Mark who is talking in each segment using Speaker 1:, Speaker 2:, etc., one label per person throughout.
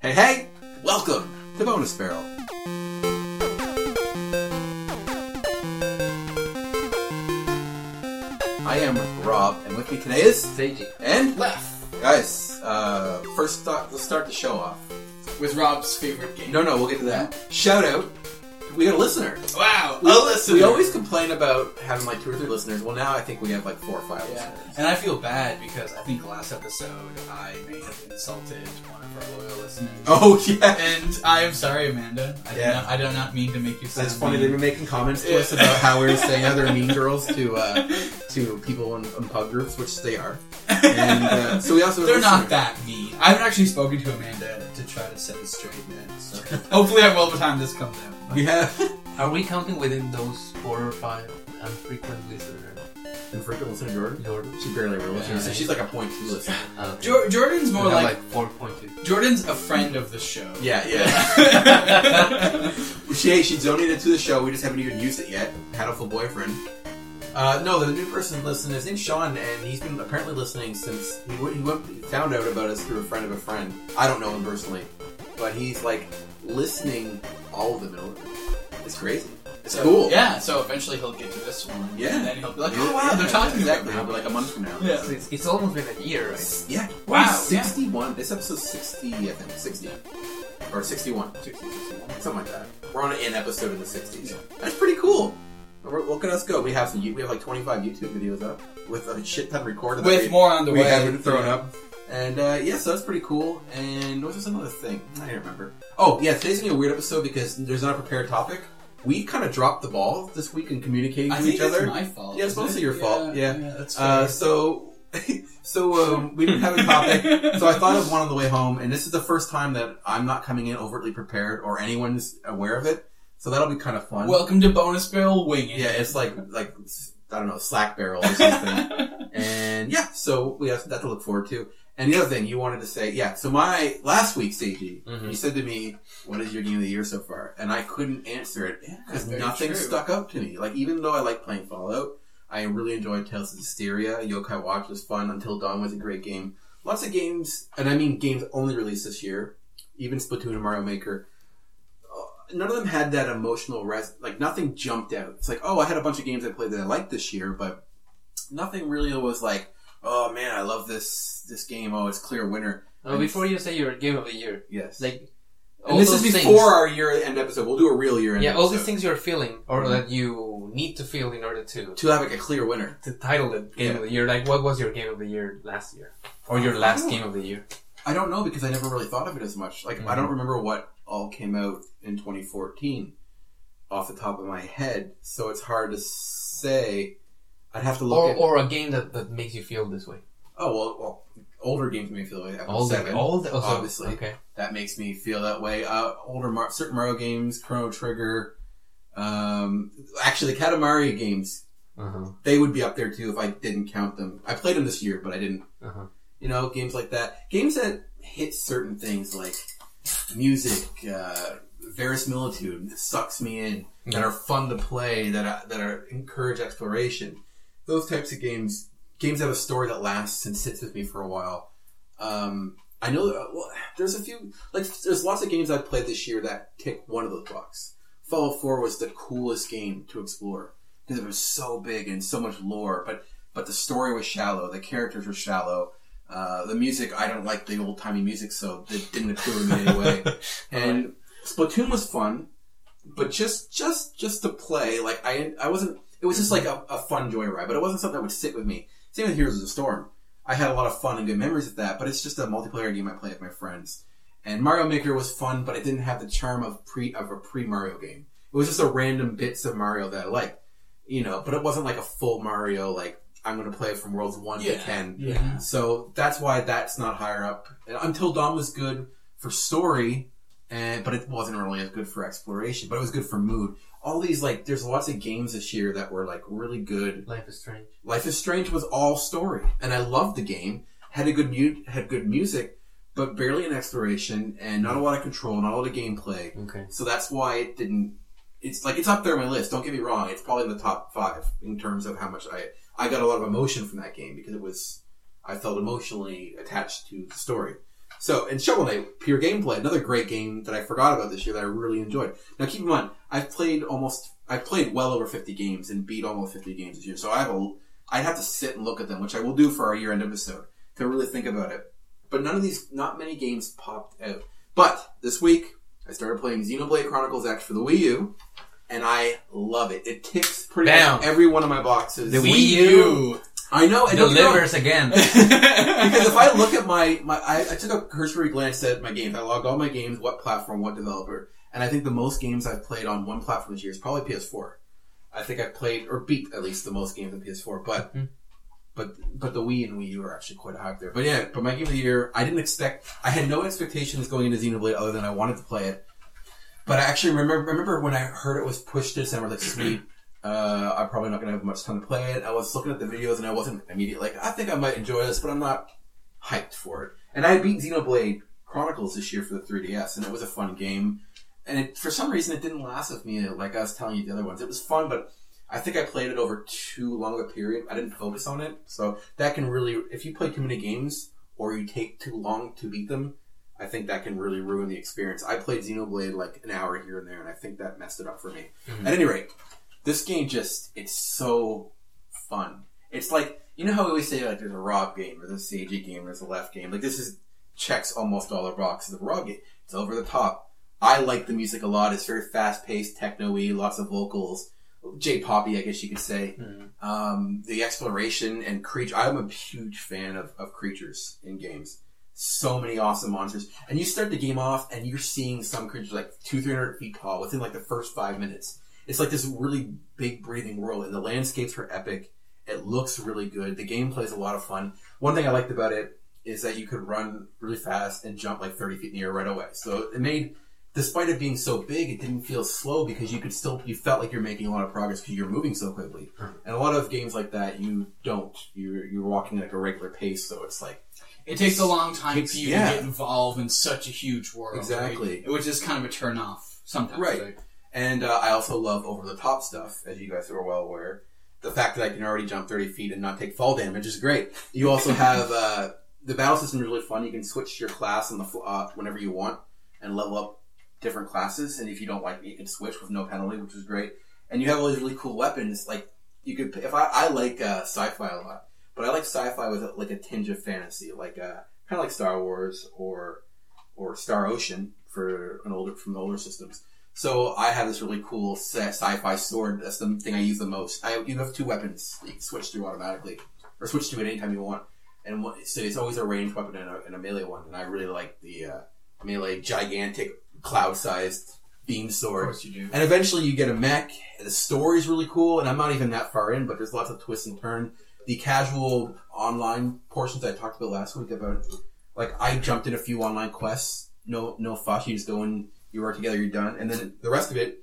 Speaker 1: Hey, hey! Welcome to Bonus Barrel. I am Rob, and with me today is
Speaker 2: Seiji.
Speaker 1: and
Speaker 3: Left
Speaker 1: guys. Uh, first, start, let's start the show off.
Speaker 3: with Rob's favorite game.
Speaker 1: No, no, we'll get to that. Shout out! We got a listener.
Speaker 3: Wow, a
Speaker 1: We-
Speaker 3: listener.
Speaker 1: We always complain about having like two or three listeners. Well, now I think we have like four or five
Speaker 3: yeah,
Speaker 1: listeners.
Speaker 3: and I feel bad because I think last episode I may have insulted one of our loyal listeners.
Speaker 1: Oh yeah.
Speaker 3: And I am sorry, Amanda. I,
Speaker 1: Yeah.
Speaker 3: do not, I do not mean to make you. sound
Speaker 1: That's funny. They've
Speaker 3: mean.
Speaker 1: been making comments to
Speaker 3: Yeah.
Speaker 1: us about how we're saying other mean girls to uh, to people in, in pub groups, which they are. And uh, so we also have a
Speaker 3: They're not
Speaker 1: listener.
Speaker 3: that mean. I haven't actually spoken to Amanda to try to set it straight yet. So hopefully, I will by the time this comes out.
Speaker 1: We have
Speaker 2: Are we counting within those four or five unfrequent listeners?
Speaker 1: infrequent listener Jordan.
Speaker 2: Jordan?
Speaker 1: She barely ever listens, so
Speaker 2: Yeah.
Speaker 1: she's like a point two listener.
Speaker 2: Okay.
Speaker 3: Jor- Jordan's
Speaker 2: Uh, We
Speaker 3: more
Speaker 2: have
Speaker 3: like
Speaker 2: like four point two.
Speaker 3: Jordan's a friend of the show.
Speaker 1: Yeah, yeah. she she donated to the show. We just haven't even used it yet. Hatful boyfriend. Uh, no, the new person listening. His name's Sean, and he's been apparently listening since he, went, he went, found out about us through a friend of a friend. I don't know him personally, but he's like listening all of the middle. It's crazy. It's
Speaker 3: So,
Speaker 1: cool.
Speaker 3: Yeah, so eventually he'll get to this one.
Speaker 1: Yeah.
Speaker 3: And then he'll be like, oh, wow, they're talking
Speaker 1: exactly.
Speaker 3: about
Speaker 1: It'll be like a month from now.
Speaker 3: me. Yeah.
Speaker 2: It's, it's almost been a year, right?
Speaker 1: Yeah.
Speaker 3: Wow, yeah.
Speaker 1: Sixty-one. This episode's sixty, I think. Sixty. Or sixty-one. Something like that. We're on an episode in the sixties. That's pretty cool. We're, look at us go. We have some. We have like twenty-five YouTube videos up with a shit ton recorded. that
Speaker 3: With
Speaker 1: we,
Speaker 3: more on the
Speaker 1: we
Speaker 3: way.
Speaker 1: haven't thrown up. And uh, yeah, so that's pretty cool. And what was some other thing? I don't remember. Oh yeah, today's gonna be a weird episode because there's not a prepared topic. We kind of dropped the ball this week in communicating
Speaker 3: I
Speaker 1: to
Speaker 3: think
Speaker 1: each
Speaker 3: that's
Speaker 1: other.
Speaker 3: my fault.
Speaker 1: Yeah, it's
Speaker 3: isn't
Speaker 1: mostly
Speaker 3: it?
Speaker 1: your fault, yeah.
Speaker 3: that's
Speaker 1: Uh,
Speaker 3: fair.
Speaker 1: so, so um, we didn't have a topic, so I thought of one on the way home, and this is the first time that I'm not coming in overtly prepared or anyone's aware of it, so that'll be kind of fun.
Speaker 3: Welcome to Bonus Barrel Winging.
Speaker 1: yeah, it's like like I don't know slack barrel or something, and yeah, so we have that to look forward to. And the other thing you wanted to say, yeah, so my last week, Seiji,
Speaker 3: Mm-hmm.
Speaker 2: Mhm.
Speaker 1: you said to me, "What is your game of the year so far?" And I couldn't answer it
Speaker 3: Yeah,
Speaker 1: because
Speaker 3: very
Speaker 1: nothing
Speaker 3: true.
Speaker 1: stuck out to me. Like even though I like playing Fallout, I really enjoyed Tales of Hysteria. Yokai Watch was fun. Until Dawn was a great game. Lots of games, and I mean games only released this year. Even Splatoon and Mario Maker. uh, None of them had that emotional rest. Like nothing jumped out. It's like, oh, I had a bunch of games I played that I liked this year, but nothing really was like, oh man, I love this this game. Oh, it's clear winner.
Speaker 2: Uh, before you say your game of the year,
Speaker 1: Yes.
Speaker 2: like all
Speaker 1: and this is
Speaker 2: those
Speaker 1: before
Speaker 2: things,
Speaker 1: our year end episode. We'll do a real year end.
Speaker 2: yeah, all
Speaker 1: episode.
Speaker 2: these things you're feeling or
Speaker 1: Mhm.
Speaker 2: that you need to feel in order to
Speaker 1: to have like a clear winner.
Speaker 2: to title the game
Speaker 1: Yeah.
Speaker 2: of the year. Like, what was your game of the year last year, or your last game of the year?
Speaker 1: I don't know because I never really thought of it as much. Like
Speaker 2: Mm-hmm.
Speaker 1: I don't remember what all came out in 2014 off the top of my head, so it's hard to say. I'd have to look
Speaker 2: Or,
Speaker 1: at
Speaker 2: or a game that, that makes you feel this way.
Speaker 1: oh well, well older games make me feel like that.
Speaker 2: All the,
Speaker 1: Seven,
Speaker 2: all the, oh, so-
Speaker 1: obviously.
Speaker 2: Okay.
Speaker 1: that makes me feel that way. Uh, older Mar- certain Mario games, Chrono Trigger, um, actually the Katamari games,
Speaker 2: Uh-huh.
Speaker 1: they would be up there too if I didn't count them. I played them this year, but I didn't
Speaker 2: Uh-huh.
Speaker 1: you know, games like that. Games that hit certain things like music, uh, verisimilitude that sucks me in, that
Speaker 2: Yeah.
Speaker 1: are fun to play, that are, that are encourage exploration. Those types of games, games that have a story that lasts and sits with me for a while. Um, I know that, well, there's a few like there's lots of games I've played this year that tick one of those boxes. Fallout 4 was the coolest game to explore because it was so big and so much lore, but but the story was shallow, the characters were shallow. Uh, the music, I don't like the old timey music, so it didn't appeal to me in any way. And Splatoon was fun, but just just just to play, like I I wasn't. It was just like a, a fun joyride, but it wasn't something that would sit with me. Same with Heroes of the Storm. I had a lot of fun and good memories of that, but it's just a multiplayer game I play with my friends. And Mario Maker was fun, but it didn't have the charm of pre of a pre Mario game. It was just a random bits of Mario that I liked, you know. But it wasn't like a full Mario. Like I'm going to play from worlds one to
Speaker 3: Yeah.
Speaker 1: ten.
Speaker 3: Yeah.
Speaker 1: So that's why that's not higher up. And Until Dawn was good for story, and but it wasn't really as good for exploration. But it was good for mood. All these like, there's lots of games this year that were like really good.
Speaker 2: Life is Strange.
Speaker 1: Life is Strange was all story, and I loved the game. Had a good mu- had good music, but barely an exploration, and not a lot of control, not a lot of gameplay.
Speaker 2: Okay.
Speaker 1: So that's why it didn't. It's like it's up there on my list. Don't get me wrong; it's probably in the top five in terms of how much I I got a lot of emotion from that game because it was I felt emotionally attached to the story. So, and Shovel Knight, pure gameplay, another great game that I forgot about this year that I really enjoyed. Now, keep in mind, I've played almost, I've played well over 50 games and beat almost 50 games this year. So I have a, I'd have to sit and look at them, which I will do for our year end episode to really think about it. But none of these, not many games popped out. But this week, I started playing Xenoblade Chronicles X for the Wii U, and I love it. It ticks pretty
Speaker 2: Bam.
Speaker 1: much every one of my boxes.
Speaker 2: The Wii
Speaker 3: you.
Speaker 1: I know, and don't get me wrong,
Speaker 2: delivers again.
Speaker 1: because if I look at my, my I, I took a cursory glance at my games. I logged all my games, what platform, what developer, and I think the most games I've played on one platform this year is probably PS4. I think I played or beat at least the most games on PS4, but
Speaker 2: Mhm.
Speaker 1: but but the Wii and Wii U are actually quite high up there. But yeah, but my game of the year, I didn't expect. I had no expectations going into Xenoblade other than I wanted to play it. But I actually remember remember when I heard it was pushed to December, like sweet. Uh, I'm probably not gonna have much time to play it. I was looking at the videos and I wasn't immediately like, I think I might enjoy this, but I'm not hyped for it. And I had beaten Xenoblade Chronicles this year for the 3DS, and it was a fun game. And it, for some reason, it didn't last with me like I was telling you the other ones. It was fun, but I think I played it over too long a period. I didn't focus on it, so that can really, if you play too many games or you take too long to beat them, I think that can really ruin the experience. I played Xenoblade like an hour here and there, and I think that messed it up for me.
Speaker 2: Mhm.
Speaker 1: At any rate, this game just—it's so fun. It's like you know how we always say like there's a Rob game or there's a CG game or there's a left game. Like this is checks almost all our boxes. The Rob game, it's over the top. I like the music a lot. It's very fast paced, techno-y, lots of vocals, J poppy, I guess you could say.
Speaker 2: Mhm.
Speaker 1: Um, the exploration and creature. I'm a huge fan of, of creatures in games. So many awesome monsters, and you start the game off, and you're seeing some creatures like two, three hundred feet tall within like the first five minutes. It's like this really big breathing world, and the landscapes are epic. It looks really good. The gameplay is a lot of fun. One thing I liked about it is that you could run really fast and jump like 30 feet in the air right away. So it made, despite it being so big, it didn't feel slow because you could still, you felt like you're making a lot of progress because you're moving so quickly.
Speaker 2: Mhm.
Speaker 1: And a lot of games like that, you don't. You're, you're walking like a regular pace, so it's like,
Speaker 3: It takes a long time
Speaker 1: Takes-
Speaker 3: for you
Speaker 1: yeah.
Speaker 3: to get involved in such a huge world.
Speaker 1: Exactly.
Speaker 3: right? Which is kind of a turn off sometimes.
Speaker 1: Right. And uh, I also love over the top stuff, as you guys are well aware. The fact that I can already jump 30 feet and not take fall damage is great. You also have uh, the battle system is really fun. You can switch your class on the fl- uh, whenever you want and level up different classes. And if you don't like it, you can switch with no penalty, which is great. And you have all these really cool weapons. Like you could, if I, I like uh, sci-fi a lot, but I like sci-fi with like a tinge of fantasy, like uh, kind of like Star Wars or or Star Ocean for an older from the older systems. So I have this really cool sci- sci-fi sword. That's the thing I use the most. I you have two weapons that you can switch to automatically, or switch to at any time you want. And what, so it's always a ranged weapon and a, and a melee one. And I really like the uh, melee gigantic cloud-sized beam
Speaker 3: Of
Speaker 1: sword.
Speaker 3: course you do.
Speaker 1: And eventually you get a mech. The story's really cool, and I'm not even that far in, but there's lots of twists and turns. The casual online portions I talked about last week about, like I jumped in a few online quests. No, no fuss. You just go in, you work together, you're done, and then the rest of it.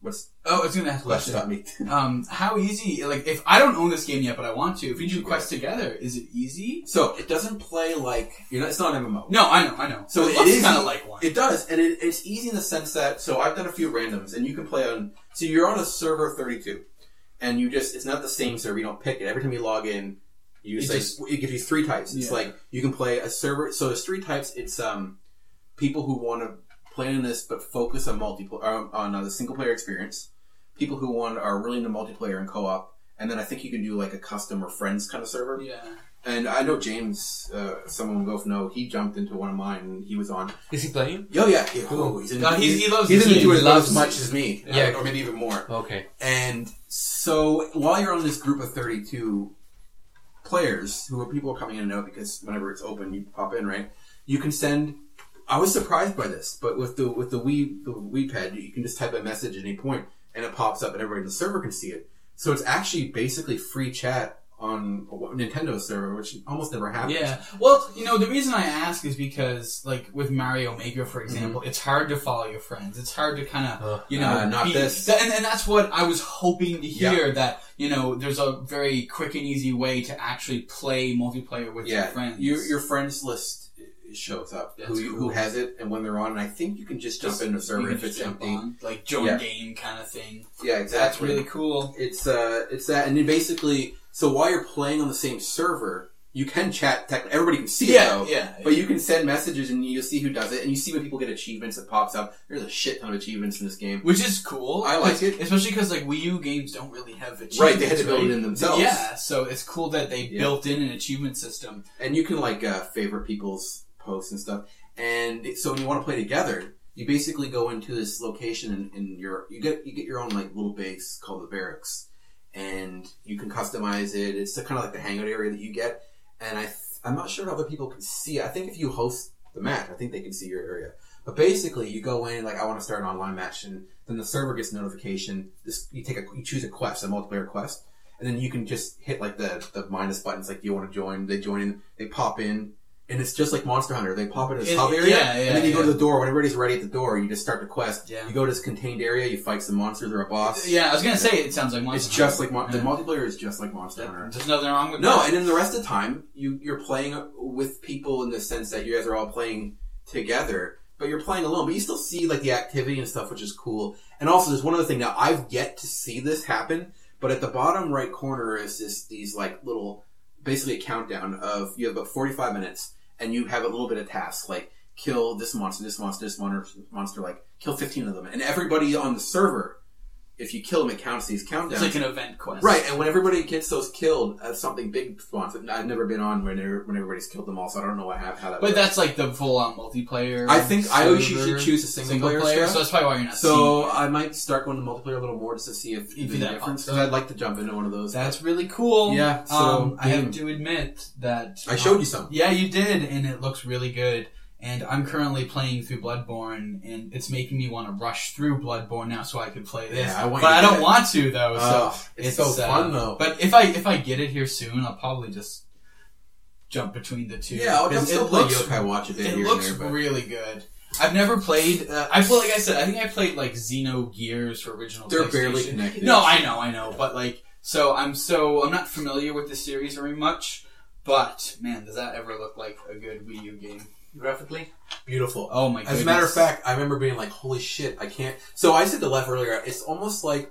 Speaker 1: What's
Speaker 3: Oh, I was gonna ask a
Speaker 1: left
Speaker 3: question.
Speaker 1: about me?
Speaker 3: Um, how easy? Like, if I don't own this game yet, but I want to, if we do quests together, is it easy?
Speaker 1: So it doesn't play like you know. It's not an MMO.
Speaker 3: No, I know, I know.
Speaker 1: So
Speaker 3: it
Speaker 1: it
Speaker 3: looks
Speaker 1: is- e-
Speaker 3: kind of like one.
Speaker 1: It does, and it, it's easy in the sense that so I've done a few randoms, and you can play on. So you're on a server of 32, and you just it's not the same server. You don't pick it every time you log in. You
Speaker 3: It
Speaker 1: say
Speaker 3: just-
Speaker 1: it gives you three types. It's
Speaker 3: Yeah.
Speaker 1: like you can play a server. So there's three types. It's um people who want to play in this but focus on multiplayer um, on uh, the single player experience. People who want are really into multiplayer and co-op, and then I think you can do like a custom or friends kind of server.
Speaker 3: yeah.
Speaker 1: And I know James, uh, someone we both know, he jumped into one of mine. and He was on
Speaker 2: Is he playing?
Speaker 1: Yo, yeah, yeah, cool. He's in,
Speaker 3: No, he's- he loves
Speaker 1: he's
Speaker 3: this
Speaker 1: into
Speaker 3: game.
Speaker 1: it
Speaker 2: He
Speaker 1: as
Speaker 2: loves-
Speaker 1: much as me,
Speaker 2: Yeah.
Speaker 1: or maybe even more.
Speaker 2: Okay.
Speaker 1: And so while you're on this group of 32 players, who are people are coming in and out because whenever it's open, you pop in, right? You can send. I was surprised by this, but with the with the Wii the Wii pad, you can just type a message at any point, and it pops up, and everybody in the server can see it. So it's actually basically free chat on a Nintendo server, which almost never happens.
Speaker 3: Yeah. Well, you know, the reason I ask is because, like, with Mario Maker, for
Speaker 1: Mm-hmm.
Speaker 3: example, it's hard to follow your friends. It's hard to kind of,
Speaker 2: Uh,
Speaker 3: you know,
Speaker 1: uh, not
Speaker 3: be-
Speaker 1: this.
Speaker 3: Th- and, and that's what I was hoping to hear that, you know, there's a very quick and easy way to actually play multiplayer with your friends.
Speaker 1: Your your friends list shows up.
Speaker 3: That's
Speaker 1: who you-
Speaker 3: cool.
Speaker 1: who has it and when they're on. And I think you can just jump
Speaker 3: Just-
Speaker 1: in the
Speaker 3: You
Speaker 1: server
Speaker 3: can
Speaker 1: if
Speaker 3: just
Speaker 1: it's
Speaker 3: jump
Speaker 1: empty.
Speaker 3: on, like join
Speaker 1: Yeah.
Speaker 3: game kind of thing.
Speaker 1: Yeah,
Speaker 3: That's really cool.
Speaker 1: It's uh, it's that, and then basically, so while you're playing on the same server, you can chat. Tech, everybody can see it
Speaker 3: yeah,
Speaker 1: though.
Speaker 3: yeah.
Speaker 1: But you can send messages and you'll see who does it, and you see when people get achievements that pops up. There's a shit ton of achievements in this game.
Speaker 3: which is cool.
Speaker 1: I like
Speaker 3: 'cause-
Speaker 1: it.
Speaker 3: especially because like Wii U games don't really have achievements.
Speaker 1: Right, they had to build
Speaker 3: right?
Speaker 1: it in themselves.
Speaker 3: Yeah, so it's cool that they
Speaker 1: Yeah.
Speaker 3: built in an achievement system.
Speaker 1: And you can like uh, favorite people's posts and stuff. And it- so when you want to play together, you basically go into this location and, and your you get you get your own like little base called the barracks, and you can customize it. It's kind of like the hangout area that you get. And I th- I'm not sure if other people can see. it. I think if you host the match, I think they can see your area. But basically, you go in like I want to start an online match, and then the server gets notification. This you take a you choose a quest, a multiplayer quest, and then you can just hit like the the minus buttons. Like, do you want to join? They join in. They pop in, and it's just like Monster Hunter. They pop in this
Speaker 3: It-
Speaker 1: hub area,
Speaker 3: yeah, yeah,
Speaker 1: and then you go
Speaker 3: yeah.
Speaker 1: to the door. When everybody's ready at the door, you just start the quest.
Speaker 3: Yeah.
Speaker 1: You go to this contained area. You fight some monsters or a boss.
Speaker 3: Yeah, I was gonna say it sounds like Monster
Speaker 1: It's just like mon-
Speaker 3: Hunter.
Speaker 1: the multiplayer is just like Monster
Speaker 3: Yeah.
Speaker 1: Hunter.
Speaker 3: There's nothing wrong with
Speaker 1: No,
Speaker 3: that.
Speaker 1: and then the rest of the time, you you're playing with people in the sense that you guys are all playing together, but you're playing alone. But you still see like the activity and stuff, which is cool. And also, there's one other thing. Now, I've yet to see this happen, but at the bottom right corner is this these like little, basically a countdown of you have about 45 minutes, and you have a little bit of tasks like kill this monster, this monster, this monster, monster, like kill 15 of them, and everybody on the server. If you kill them, it counts these countdowns.
Speaker 3: It's like an event quest.
Speaker 1: Right, and when everybody gets those killed, uh, something big spawns. And I've never been on when er- when everybody's killed them all, so I don't know what hap- how that.
Speaker 3: But
Speaker 1: works.
Speaker 3: that's like the full on multiplayer.
Speaker 1: I think I always
Speaker 3: server,
Speaker 1: should choose a single, player.
Speaker 3: so
Speaker 1: stuff.
Speaker 3: that's probably why you're not
Speaker 1: So I might start going to multiplayer a little more just to see if
Speaker 3: If
Speaker 1: the
Speaker 3: that
Speaker 1: difference.
Speaker 3: pops up.
Speaker 1: Because I'd like to jump into one of those.
Speaker 3: seeing it. That's really cool.
Speaker 1: Yeah, so,
Speaker 3: um, I
Speaker 1: yeah.
Speaker 3: have to admit that
Speaker 1: I showed
Speaker 3: um,
Speaker 1: you some.
Speaker 3: Yeah, you did, and it looks really good. And I'm currently playing through Bloodborne, and it's making me want to rush through Bloodborne now so I could play this.
Speaker 1: Yeah, I want
Speaker 3: but
Speaker 1: you to
Speaker 3: I
Speaker 1: get
Speaker 3: don't
Speaker 1: it.
Speaker 3: want to though. So
Speaker 1: Ugh, it's, so
Speaker 3: uh,
Speaker 1: fun though.
Speaker 3: But if I if I get it here soon, I'll probably just jump between the two.
Speaker 1: yeah, I'll
Speaker 3: Because
Speaker 1: I'm still
Speaker 3: it
Speaker 1: play
Speaker 3: looks
Speaker 1: Yokai Watch a bit
Speaker 3: it
Speaker 1: here
Speaker 3: looks
Speaker 1: and there. But
Speaker 3: really good. I've never played. Uh, I well, like I said, I think I played like Xeno Gears for original.
Speaker 1: they're barely
Speaker 3: PlayStation.
Speaker 1: connected.
Speaker 3: No, I know, I know, but like, so I'm so I'm not familiar with this series very much. But man, does that ever look like a good Wii U game?
Speaker 2: Graphically?
Speaker 1: beautiful.
Speaker 3: Oh my! Goodness.
Speaker 1: As a matter of fact, I remember being like, "Holy shit, I can't." So I said to Left earlier, it's almost like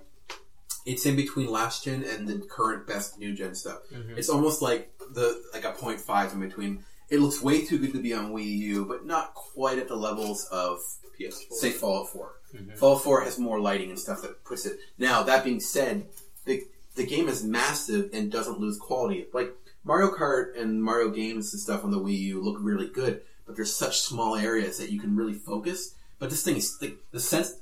Speaker 1: it's in between last gen and the current best new gen stuff.
Speaker 2: Mhm.
Speaker 1: It's almost like the like a point five in between. It looks way too good to be on Wii U, but not quite at the levels of
Speaker 2: PS4.
Speaker 1: say Fallout 4.
Speaker 2: Mhm.
Speaker 1: Fallout 4 has more lighting and stuff that puts it. Now that being said, the the game is massive and doesn't lose quality. Like Mario Kart and Mario games and stuff on the Wii U look really good, but there's such small areas that you can really focus. But this thing is like the sense.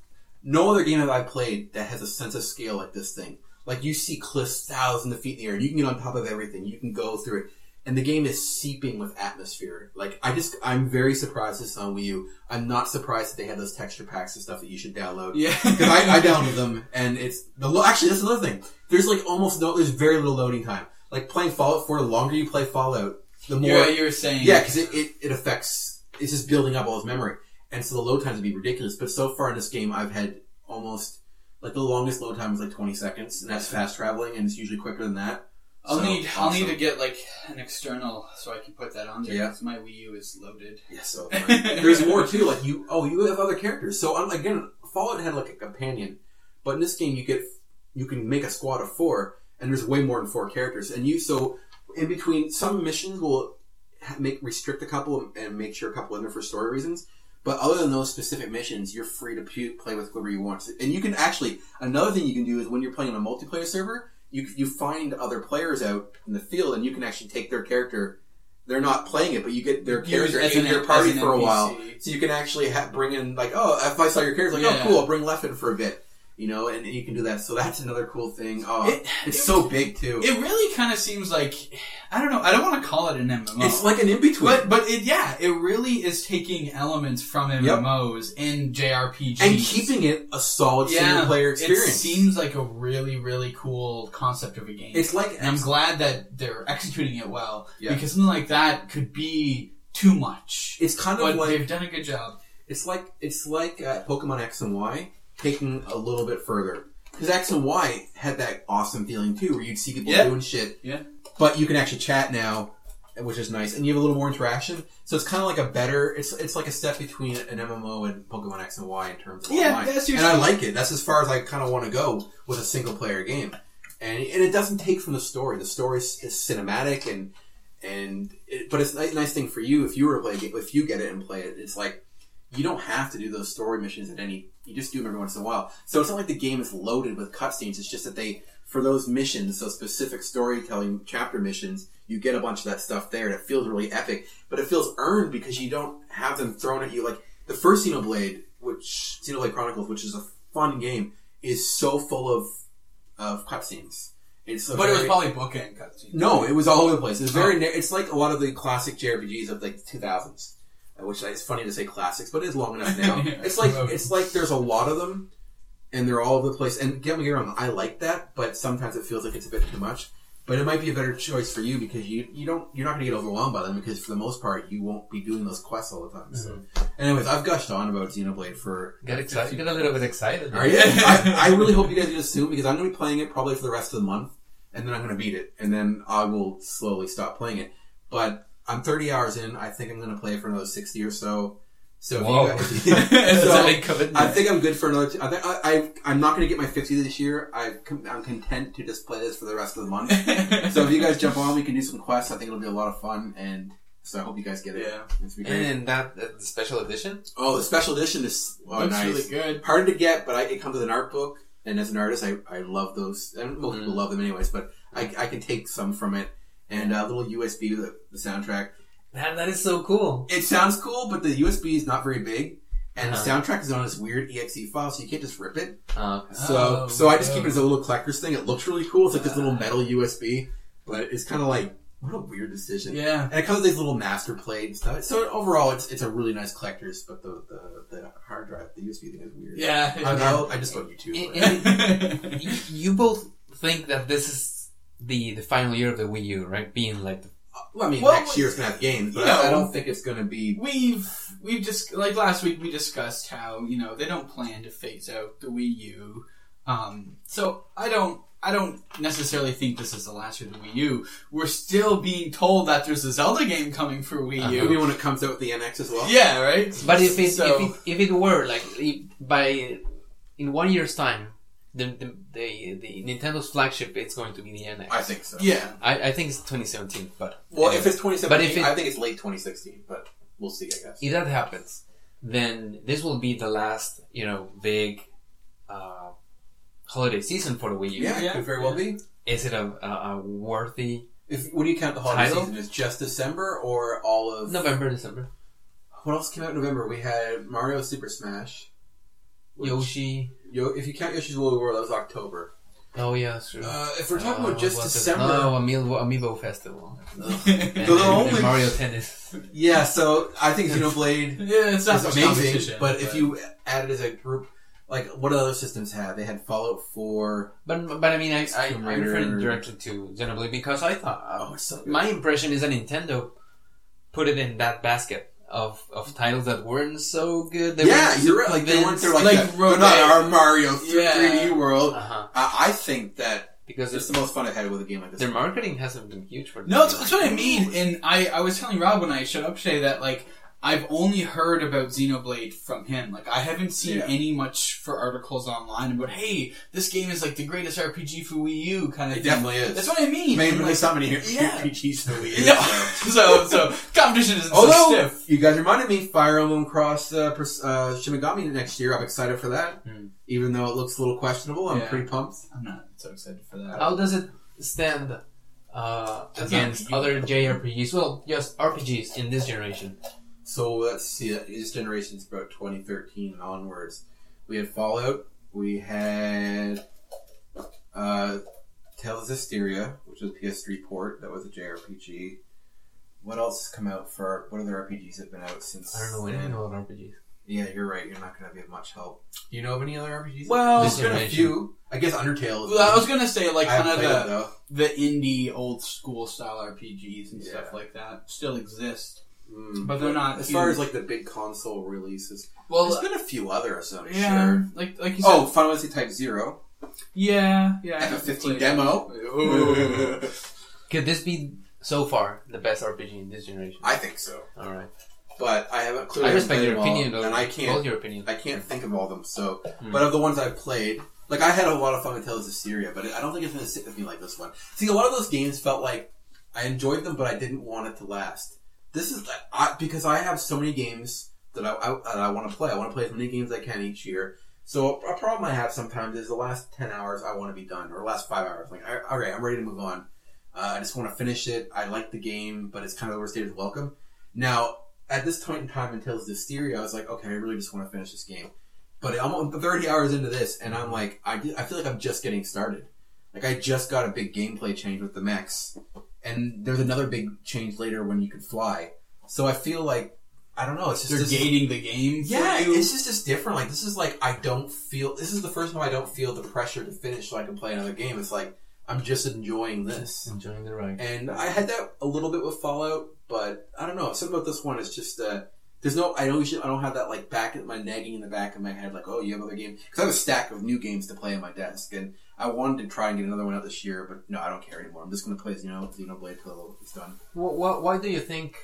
Speaker 1: No other game have I played that has a sense of scale like this thing. Like you see cliffs thousands of feet in the air, and you can get on top of everything. You can go through it, and the game is seeping with atmosphere. Like I just, I'm very surprised this is on Wii U. I'm not surprised that they had those texture packs and stuff that you should download.
Speaker 3: yeah,
Speaker 1: Because I, I downloaded them, and it's the lo- actually that's another thing. There's like almost no, there's very little loading time. Like playing Fallout 4, the longer you play Fallout, the more
Speaker 3: yeah, you were saying
Speaker 1: yeah, because it, it, it affects. It's just building up all his memory, and so the load times would be ridiculous. But so far in this game, I've had almost like the longest load time is like 20 seconds, and that's fast traveling, and it's usually quicker than that.
Speaker 3: I'll
Speaker 1: So,
Speaker 3: need I'll
Speaker 1: awesome.
Speaker 3: need to get like an external so I can put that on there
Speaker 1: Yeah.
Speaker 3: because my Wii U is loaded.
Speaker 1: Yeah, so fun. there's more too. Like you, oh, you have other characters. So um, again, Fallout had like a companion, but in this game, you get you can make a squad of four, and there's way more than four characters. And you so in between some missions will ha- make restrict a couple and make sure a couple in there for story reasons. But other than those specific missions, you're free to pu- play with whoever you want. And you can actually another thing you can do is when you're playing on a multiplayer server, you you find other players out in the field, and you can actually take their character. They're not playing it, but you get their character
Speaker 3: Use as
Speaker 1: in
Speaker 3: an-
Speaker 1: your party
Speaker 3: as an
Speaker 1: for a while.
Speaker 3: NPC.
Speaker 1: So you can actually ha- bring in like, oh, if I saw your character, like,
Speaker 3: Yeah.
Speaker 1: oh, cool, I'll bring left in for a bit, you know, and, and you can do that. So that's another cool thing. Oh,
Speaker 3: It,
Speaker 1: it's so big too.
Speaker 3: it really kind of seems like I don't know. I don't want to call it an MMO.
Speaker 1: it's like an in between,
Speaker 3: But but it yeah, it really is taking elements from MMOs and JRPGs
Speaker 1: and keeping it a solid
Speaker 3: Yeah,
Speaker 1: single player
Speaker 3: It
Speaker 1: experience.
Speaker 3: seems like a really really cool concept of a game.
Speaker 1: it's like
Speaker 3: and I'm glad that they're executing it well
Speaker 1: Yeah.
Speaker 3: because something like that could be too much.
Speaker 1: it's kind of
Speaker 3: But
Speaker 1: like
Speaker 3: they've done a good job.
Speaker 1: it's like it's like uh, Pokemon X and Y taking a little bit further because X and Y had that awesome feeling too, where you'd see people
Speaker 3: Yeah.
Speaker 1: doing shit,
Speaker 3: Yeah.
Speaker 1: But you can actually chat now, which is nice, and you have a little more interaction. So it's kind of like a better. It's it's like a step between an MMO and Pokemon X and Y in terms of
Speaker 3: Yeah,
Speaker 1: online.
Speaker 3: that's
Speaker 1: and
Speaker 3: usually-
Speaker 1: I like it. That's as far as I kind of want to go with a single player game, and and it doesn't take from the story. The story is, is cinematic and and it, but it's a nice, nice thing for you if you were to play a game, if you get it and play it. It's like you don't have to do those story missions at any. You just do them every once in a while. So it's not like the game is loaded with cutscenes. It's just that they for those missions, those specific storytelling chapter missions, you get a bunch of that stuff there, and it feels really epic. But it feels earned because you don't have them thrown at you. Like the first Xenoblade, which Xenoblade Chronicles, which is a fun game, is so full of of cutscenes. It's a
Speaker 3: But it was
Speaker 1: very-
Speaker 3: probably bookend cutscene.
Speaker 1: no, it was all over the place. It's very. na- It's like a lot of the classic JRPGs of like two thousands, which is funny to say classics, but it is long enough now.
Speaker 3: Yeah.
Speaker 1: it's like it's like there's a lot of them, and they're all over the place. And get me wrong, I like that, but sometimes it feels like it's a bit too much. But it might be a better choice for you because you you don't you're not going to get overwhelmed by them because for the most part you won't be doing those quests all the time. So, anyways, I've gushed on about Xenoblade for
Speaker 2: Get excited. You get a little bit excited.
Speaker 1: all right. I, I really hope you guys do this soon because I'm going to be playing it probably for the rest of the month, and then I'm going to beat it, and then I will slowly stop playing it. But I'm 30 hours in. I think I'm going to play it for another 60 or so. So, if
Speaker 2: Whoa.
Speaker 1: you guys,
Speaker 2: It's
Speaker 1: So,
Speaker 2: a big commitment.
Speaker 1: I think I'm good for another. Two, I think I, I I'm not going to get my 50 this year. I com- I'm content to just play this for the rest of the month. so if you guys jump on, we can do some quests. I think it'll be a lot of fun, and so I hope you guys get it.
Speaker 3: Yeah.
Speaker 1: It's be great.
Speaker 2: and that uh, the special edition.
Speaker 1: Oh, the special edition is oh,
Speaker 3: Looks
Speaker 1: nice
Speaker 3: really good.
Speaker 1: hard to get, but I, it comes with an art book. And as an artist, I, I love those. And most
Speaker 3: Mm-hmm.
Speaker 1: people love them anyways, but I, I can take some from it. And a little USB with the, the soundtrack.
Speaker 2: Man, that is so cool.
Speaker 1: It sounds cool, but the USB is not very big. And
Speaker 2: Uh-huh.
Speaker 1: the soundtrack is on this weird EXE file, so you can't just rip it.
Speaker 2: Uh,
Speaker 1: So
Speaker 3: Oh,
Speaker 1: so I just
Speaker 3: no.
Speaker 1: keep it as a little collector's thing. It looks really cool. It's like this little metal USB, but it's kind of like, what a weird decision.
Speaker 3: Yeah.
Speaker 1: And it comes with these little master plate and stuff. So overall, it's it's a really nice collector's, but the, the, the hard drive, the USB thing is weird.
Speaker 3: Yeah.
Speaker 1: I, I'll- I just go on YouTube.
Speaker 2: In-
Speaker 1: but-
Speaker 2: in- you, you both think that this is the the final year of the Wii U, right? Being like the,
Speaker 1: Well, I mean,
Speaker 3: Well,
Speaker 1: next year's gonna have games, but I-
Speaker 3: you
Speaker 1: I
Speaker 3: know-
Speaker 1: don't think it's gonna be.
Speaker 3: We've we've just like last week we discussed how you know they don't plan to phase out the Wii U, um, so I don't I don't necessarily think this is the last year of the Wii U. We're still being told that there's a Zelda game coming for Wii U.
Speaker 1: Maybe when it comes out with the NX as well.
Speaker 3: Yeah, right.
Speaker 2: but if it,
Speaker 3: So-
Speaker 2: if it if it were like if by in one year's time, the the, the, the Nintendo's flagship it's going to be the NX.
Speaker 1: I think so.
Speaker 3: yeah,
Speaker 2: I, I think it's 2017, but
Speaker 1: Well, if it's 2017,
Speaker 2: But if it-
Speaker 1: I think it's late 2016, but we'll see. I guess.
Speaker 2: if that happens, then this will be the last you know big uh, holiday season for the Wii U.
Speaker 1: Yeah, it
Speaker 3: Yeah.
Speaker 1: could very well be.
Speaker 2: Is it a, a, a worthy
Speaker 1: If when you count the holiday
Speaker 2: Title?
Speaker 1: season, it's just December or all of
Speaker 2: November, December?
Speaker 1: What else came out in November? We had Mario Super Smash. which-
Speaker 2: Yoshi.
Speaker 1: Yo, if you count Yoshi's Woolly World, that was October.
Speaker 2: Oh yeah, that's true.
Speaker 1: Uh, if we're talking about
Speaker 2: Uh,
Speaker 1: just
Speaker 2: what's it-
Speaker 1: December,
Speaker 2: Oh, Amiibo, Amiibo Festival.
Speaker 1: Ugh.
Speaker 2: And,
Speaker 1: So they're
Speaker 2: and
Speaker 1: only-
Speaker 2: Mario Tennis.
Speaker 1: yeah. So I think Xenoblade
Speaker 3: yeah, it's not
Speaker 1: That's
Speaker 3: much
Speaker 1: amazing.
Speaker 3: competition,
Speaker 1: But if you add it as a group, like what other systems have? They had Fallout Four.
Speaker 2: But but I mean, I I,
Speaker 1: Tomb
Speaker 2: I
Speaker 1: Raider.
Speaker 2: referred directly to Xenoblade because I thought uh,
Speaker 1: Oh, it's so
Speaker 2: my impression is that Nintendo put it in that basket of of titles that weren't so good.
Speaker 1: yeah, you're right. Like they weren't they're like,
Speaker 3: Like,
Speaker 1: that.
Speaker 3: Rogue
Speaker 1: they're not
Speaker 3: Dead.
Speaker 1: our Mario th-
Speaker 3: Yeah.
Speaker 1: 3D world.
Speaker 2: Uh huh.
Speaker 1: I, I think that
Speaker 2: Because
Speaker 1: it's
Speaker 2: it's,
Speaker 1: the most fun I've had with a game like this.
Speaker 2: their marketing hasn't been huge for.
Speaker 3: No, that's, that's what I mean. And I, I was telling Rob when I showed up today that like I've only heard about Xenoblade from him. Like I haven't seen
Speaker 1: Yeah.
Speaker 3: any much for articles online about hey, this game is like the greatest RPG for Wii U kind of
Speaker 1: It
Speaker 3: thing.
Speaker 1: definitely is.
Speaker 3: That's what I mean.
Speaker 1: Maybe
Speaker 3: And,
Speaker 1: there's
Speaker 3: like,
Speaker 1: not many
Speaker 3: Yeah.
Speaker 1: RPGs that we
Speaker 3: yeah. so so competition isn't so
Speaker 1: Although
Speaker 3: stiff.
Speaker 1: you guys reminded me, Fire Emblem Cross uh, Pers- uh, Shimigami next year. I'm excited for that,
Speaker 2: Hmm.
Speaker 1: even though it looks a little questionable. I'm
Speaker 3: Yeah.
Speaker 1: pretty pumped.
Speaker 3: I'm not so excited for that.
Speaker 2: How does it stand uh,
Speaker 3: That's not
Speaker 2: against
Speaker 3: you.
Speaker 2: other JRPGs? Well, just RPGs in this generation.
Speaker 1: So let's see. uh, This generation's about 2013 and onwards. We had Fallout. We had uh, Tales of Hysteria, which was PS3 port. That was a JRPG. What else has come out for? What other RPGs have been out since?
Speaker 2: I don't know
Speaker 1: then?
Speaker 2: anything about RPGs.
Speaker 1: Yeah, you're right. You're not going to be of much help. Do you know of any other RPGs?
Speaker 3: Well-
Speaker 1: there's been a
Speaker 2: Generation.
Speaker 1: few. I guess Undertale. Is
Speaker 3: Well, I
Speaker 1: one.
Speaker 3: was gonna say like
Speaker 1: I haven't
Speaker 3: kind of
Speaker 1: played it,
Speaker 3: the,
Speaker 1: though.
Speaker 3: the indie old school style RPGs and stuff
Speaker 1: Yeah.
Speaker 3: like that still exist.
Speaker 1: Mm.
Speaker 3: But they're not
Speaker 1: As far
Speaker 3: huge.
Speaker 1: as like the big console releases,
Speaker 3: Well,
Speaker 1: there's been a few others. I'm
Speaker 3: yeah,
Speaker 1: sure.
Speaker 3: like like you said,
Speaker 1: Oh, Final Fantasy Type Zero.
Speaker 3: yeah, yeah, I
Speaker 1: F
Speaker 3: haven't
Speaker 1: fifteen
Speaker 3: played it.
Speaker 1: demo.
Speaker 3: Ooh.
Speaker 2: Could this be so far the best RPG in this generation?
Speaker 1: I think so,
Speaker 2: All right,
Speaker 1: but I haven't clearly.
Speaker 2: I respect
Speaker 1: played
Speaker 2: your
Speaker 1: them all,
Speaker 2: opinion, though.
Speaker 1: and I can't.
Speaker 2: Both your Hmm. opinion.
Speaker 1: I can't think of all of them. So, but of the ones I've played, like I had a lot of fun with Tales of Syria, but I don't think it's going to sit with me like this one. See, a lot of those games felt like I enjoyed them, but I didn't want it to last. This is I, because I have so many games that I, I, that I want to play. I want to play as many games as I can each year. So a, a problem I have sometimes is the last ten hours I want to be done, or the last five hours. Like, I, all right, I'm ready to move on. Uh, I just want to finish it. I like the game, but it's kind of overstated as welcome. Now, at this point in time in Tales of Hysteria, I was like, okay, I really just want to finish this game. But I'm on 30 hours into this, and I'm like, I, I feel like I'm just getting started. Like, I just got a big gameplay change with the mechs, and there's another big change later when you could fly. So I feel like, I don't know, it's just.
Speaker 3: They're
Speaker 1: this-
Speaker 3: gating the game. for
Speaker 1: yeah,
Speaker 3: you.
Speaker 1: it's just it's different. Like this is like I don't feel. This is the first time I don't feel the pressure to finish so I can play another game. It's like I'm just enjoying
Speaker 3: Mm-hmm.
Speaker 1: this.
Speaker 2: Enjoying the ride.
Speaker 1: And I had that a little bit with Fallout, but I don't know. Something about this one is just uh, there's no. I don't. usually- I don't have that like back my nagging in the back of my head, like, oh, you have other games because I have a stack of new games to play on my desk, and I wanted to try and get another one out this year, but no, I don't care anymore. I'm just gonna play Xeno Xenoblade till it's done.
Speaker 2: Why, why do you think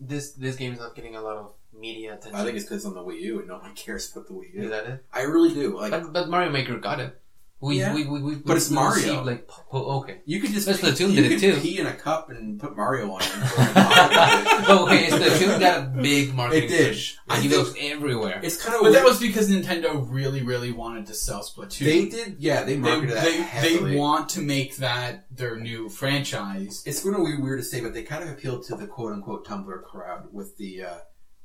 Speaker 2: this this game is not getting a lot of media attention?
Speaker 1: I think it's because on the Wii U, and no one cares about the Wii
Speaker 2: is
Speaker 1: U.
Speaker 2: that it.
Speaker 1: I really do. Like
Speaker 2: But, but Mario Maker got it. We
Speaker 1: Yeah.
Speaker 2: we, we, we
Speaker 1: But it's
Speaker 2: we
Speaker 1: Mario.
Speaker 2: received, like po- po- okay.
Speaker 1: you could just
Speaker 2: That's
Speaker 1: pee,
Speaker 2: Splatoon
Speaker 1: you
Speaker 2: did it
Speaker 1: could
Speaker 2: too.
Speaker 1: pee in a cup and put Mario on it.
Speaker 2: but okay, Splatoon got a big marketing
Speaker 1: It did.
Speaker 2: push.
Speaker 1: I
Speaker 2: And he
Speaker 1: think-
Speaker 2: goes everywhere.
Speaker 1: it's kind of
Speaker 3: But
Speaker 1: weird.
Speaker 3: that was because Nintendo really, really wanted to sell Splatoon.
Speaker 1: they did. Yeah, they
Speaker 3: they,
Speaker 1: marketed that
Speaker 3: they,
Speaker 1: heavily.
Speaker 3: they want to make that their new franchise.
Speaker 1: it's going to be weird to say, but they kind of appealed to the quote unquote Tumblr crowd with the uh,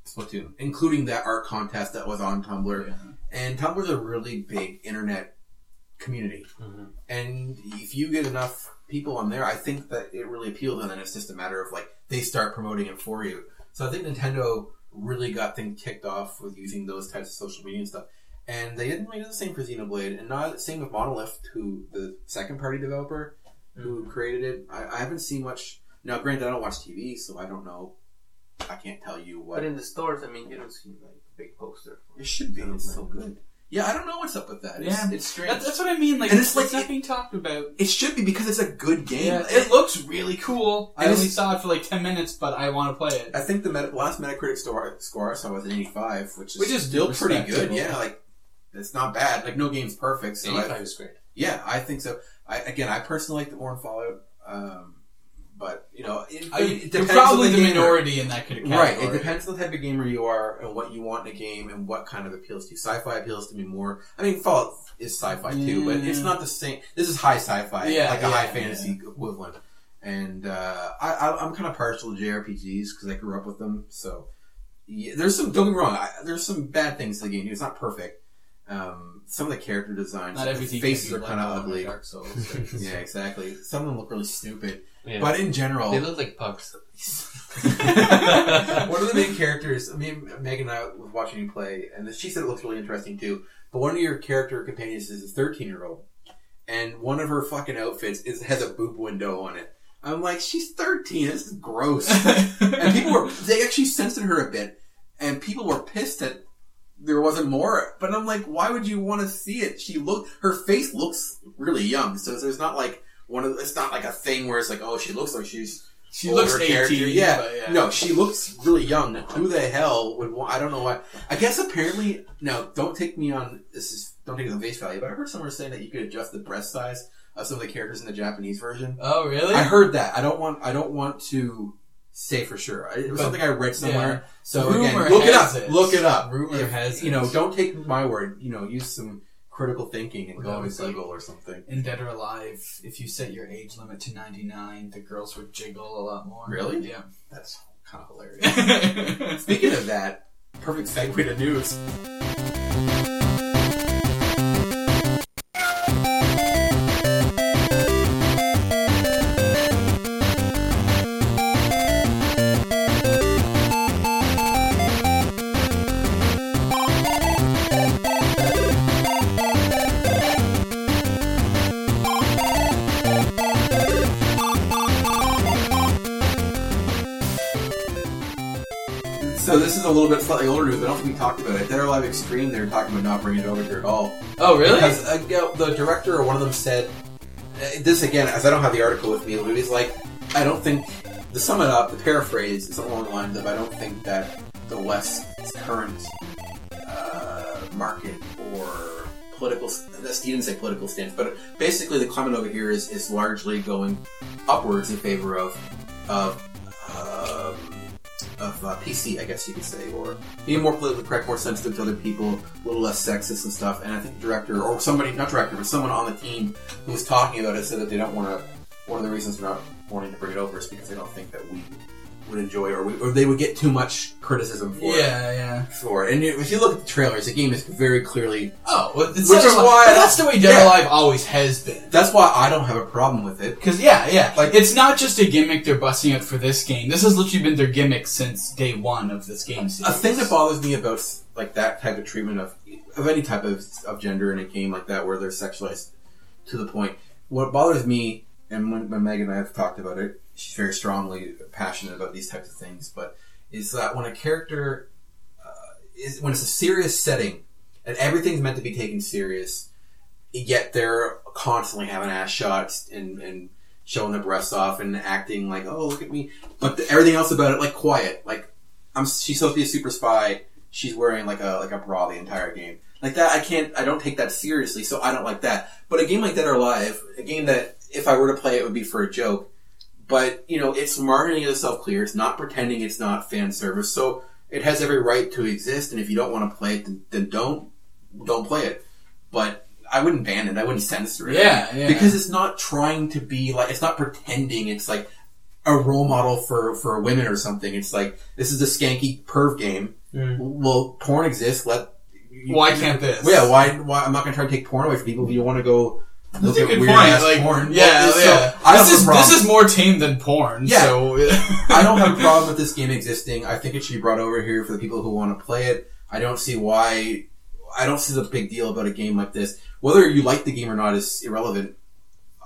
Speaker 1: Splatoon, including that art contest that was on Tumblr. And Tumblr's a really big internet community.
Speaker 2: Mhm.
Speaker 1: And if you get enough people on there, I think that it really appeals, and then it's just a matter of like they start promoting it for you. So I think Nintendo really got things kicked off with using those types of social media and stuff. And they didn't really do the same for Xenoblade, and not same with Monolith, who the second party developer who created it. I, I haven't seen much. Now, granted, I don't watch TV, so I don't know. I can't tell you what
Speaker 2: in the stores, I mean, you don't see like big poster.
Speaker 1: it should be. It's so
Speaker 2: Xenoblade.
Speaker 1: good. Yeah, I don't know what's up with that. It's-
Speaker 3: Yeah,
Speaker 1: it's strange.
Speaker 3: That, that's what I mean. Like,
Speaker 1: And it's
Speaker 3: it's,
Speaker 1: like-
Speaker 3: not being talked about.
Speaker 1: It should be because it's a good game.
Speaker 3: Yeah,
Speaker 1: It-
Speaker 3: it looks really cool. I
Speaker 1: And
Speaker 3: only
Speaker 1: it's-
Speaker 3: saw it for like ten minutes, but I want to play it.
Speaker 1: I think the meta- last Metacritic score, score I saw was an 85, which is,
Speaker 3: Which is
Speaker 1: still pretty good.
Speaker 3: respectable.
Speaker 1: Yeah, like it's not bad. Like no game's perfect. So I,
Speaker 2: is great.
Speaker 1: yeah, I think so. I, again, I personally like the more Fallout, um, but you know, it,
Speaker 3: I,
Speaker 1: it
Speaker 3: you're
Speaker 1: depends
Speaker 3: probably
Speaker 1: on
Speaker 3: the,
Speaker 1: the gamer.
Speaker 3: minority in that category.
Speaker 1: Right. It depends on the type of gamer you are and what you want in a game and what kind of appeals to you. Sci-fi appeals to me more. I mean, Fallout is sci-fi too, but it's
Speaker 3: Yeah.
Speaker 1: not the same. This is high sci-fi,
Speaker 3: Yeah,
Speaker 1: like a
Speaker 3: yeah,
Speaker 1: high fantasy equivalent. And uh, I, I, I'm kind of partial to JRPGs because I grew up with them. So yeah, there's some. Don't get me wrong. I, there's some bad things to the game. It's not perfect. Um, some of the character designs,
Speaker 3: Not
Speaker 1: the
Speaker 3: everything.
Speaker 1: faces
Speaker 3: can
Speaker 1: are
Speaker 3: be
Speaker 1: kind
Speaker 3: like
Speaker 1: of ugly.
Speaker 3: Dark Souls.
Speaker 1: Yeah, exactly. Some of them look really stupid.
Speaker 2: Yeah.
Speaker 1: But in general,
Speaker 2: they look like pugs.
Speaker 1: one of the main characters, I mean, Megan and I was watching you play, and she said it looks really interesting too. But one of your character companions is a 13 year old, and one of her fucking outfits is has a boob window on it. I'm like, she's 13. This is gross. and people were they actually censored her a bit, and people were pissed that there wasn't more. But I'm like, why would you want to see it? She looked her face looks really young, so there's not like one of it's not like a thing where it's like, oh, she looks like she's
Speaker 3: she looks
Speaker 1: older
Speaker 3: eighteen.
Speaker 1: character. Yeah.
Speaker 3: but yeah.
Speaker 1: no, she looks really young. Who the hell would want? I don't know why. I guess apparently now. Don't take me on this is don't take it on face value. But I heard someone saying that you could adjust the breast size of some of the characters in the Japanese version.
Speaker 3: Oh really?
Speaker 1: I heard that. I don't want. I don't want to say for sure. I- It was
Speaker 3: But-
Speaker 1: something I read somewhere. So
Speaker 3: Rumor
Speaker 1: again, look it up.
Speaker 3: has it.
Speaker 1: Look it up.
Speaker 3: Rumor has
Speaker 1: You know,
Speaker 3: it.
Speaker 1: don't take my word. You know, use some critical thinking and
Speaker 3: Well,
Speaker 1: go
Speaker 3: that
Speaker 1: on
Speaker 3: was like-
Speaker 1: Google or something.
Speaker 3: in Dead or Alive, if you set your age limit to 99, the girls would jiggle a lot more.
Speaker 1: Really?
Speaker 3: Yeah.
Speaker 1: That's kind of hilarious.
Speaker 3: Speaking
Speaker 1: Speaking of that, perfect segue to news. So this is a little bit slightly older news. but I don't think we talked about it. Dead or Alive Extreme, they were talking about not bringing it over here at all.
Speaker 3: oh really?
Speaker 1: Because uh, you know, the director or one of them said, uh, this again, as I don't have the article with me, but he's like, I don't think, the sum it up, the paraphrase is along the lines of, I don't think that the West's current uh, market or political, that's, he didn't say political stance, but basically the climate over here is, is largely going upwards in favor of of uh, of uh, PC, I guess you could say, or being more politically correct, more sensitive to other people, a little less sexist and stuff. And I think the director or somebody, not director, but someone on the team who was talking about it said that they don't want to. One of the reasons they're not wanting to bring it over is because they don't think that we would enjoy or we, or they would get too much criticism for it.
Speaker 3: Yeah, yeah.
Speaker 1: For it. And if you look at the trailers, the game is very clearly
Speaker 3: Oh, well, it's
Speaker 1: Which
Speaker 3: Dead or
Speaker 1: is
Speaker 3: Alive-
Speaker 1: why-
Speaker 3: but that's the way Dead
Speaker 1: yeah.
Speaker 3: or Alive always has been.
Speaker 1: That's why I don't have a problem with it.
Speaker 3: Because yeah, yeah,
Speaker 1: Like-
Speaker 3: like it's not just a gimmick they're busting out for this game. This has literally been their gimmick since day one of this game
Speaker 1: A
Speaker 3: series.
Speaker 1: thing that bothers me about like that type of treatment of of any type of, of gender in a game like that where they're sexualized to the point. What bothers me, and when, when Megan and I have talked about it, she's very strongly passionate about these types of things. But is that when a character uh, is when it's a serious setting and everything's meant to be taken serious, yet they're constantly having ass shots and and showing their breasts off and acting like oh look at me, but the, everything else about it like quiet like. I'm she's supposed to be a super spy. She's wearing like a like a bra the entire game. Like that, I can't. I don't take that seriously, so I don't like that. But a game like Dead or Alive, a game that if I were to play, it would be for a joke. But you know, it's marketing itself clear. It's not pretending. It's not fan service. So it has every right to exist. And if you don't want to play it, then, then don't don't play it. But I wouldn't ban it. I wouldn't censor it.
Speaker 3: Yeah, yeah.
Speaker 1: Because it's not trying to be like it's not pretending. It's like a role model for for women or something. It's like this is a skanky perv game.
Speaker 2: Mm.
Speaker 1: Well, porn exists. Let
Speaker 3: why can't this?
Speaker 1: yeah. Why? Why? I'm not gonna try to take porn away from people. If you want to go look
Speaker 3: That's a
Speaker 1: at
Speaker 3: good
Speaker 1: weird
Speaker 3: point.
Speaker 1: ass
Speaker 3: Like,
Speaker 1: porn,
Speaker 3: yeah,
Speaker 1: Well, so,
Speaker 3: yeah.
Speaker 1: I don't
Speaker 3: this is
Speaker 1: have a problem.
Speaker 3: this is more tame than porn.
Speaker 1: Yeah.
Speaker 3: so
Speaker 1: I don't have a problem with this game existing. I think it should be brought over here for the people who want to play it. I don't see why. I don't see the big deal about a game like this. Whether you like the game or not is irrelevant.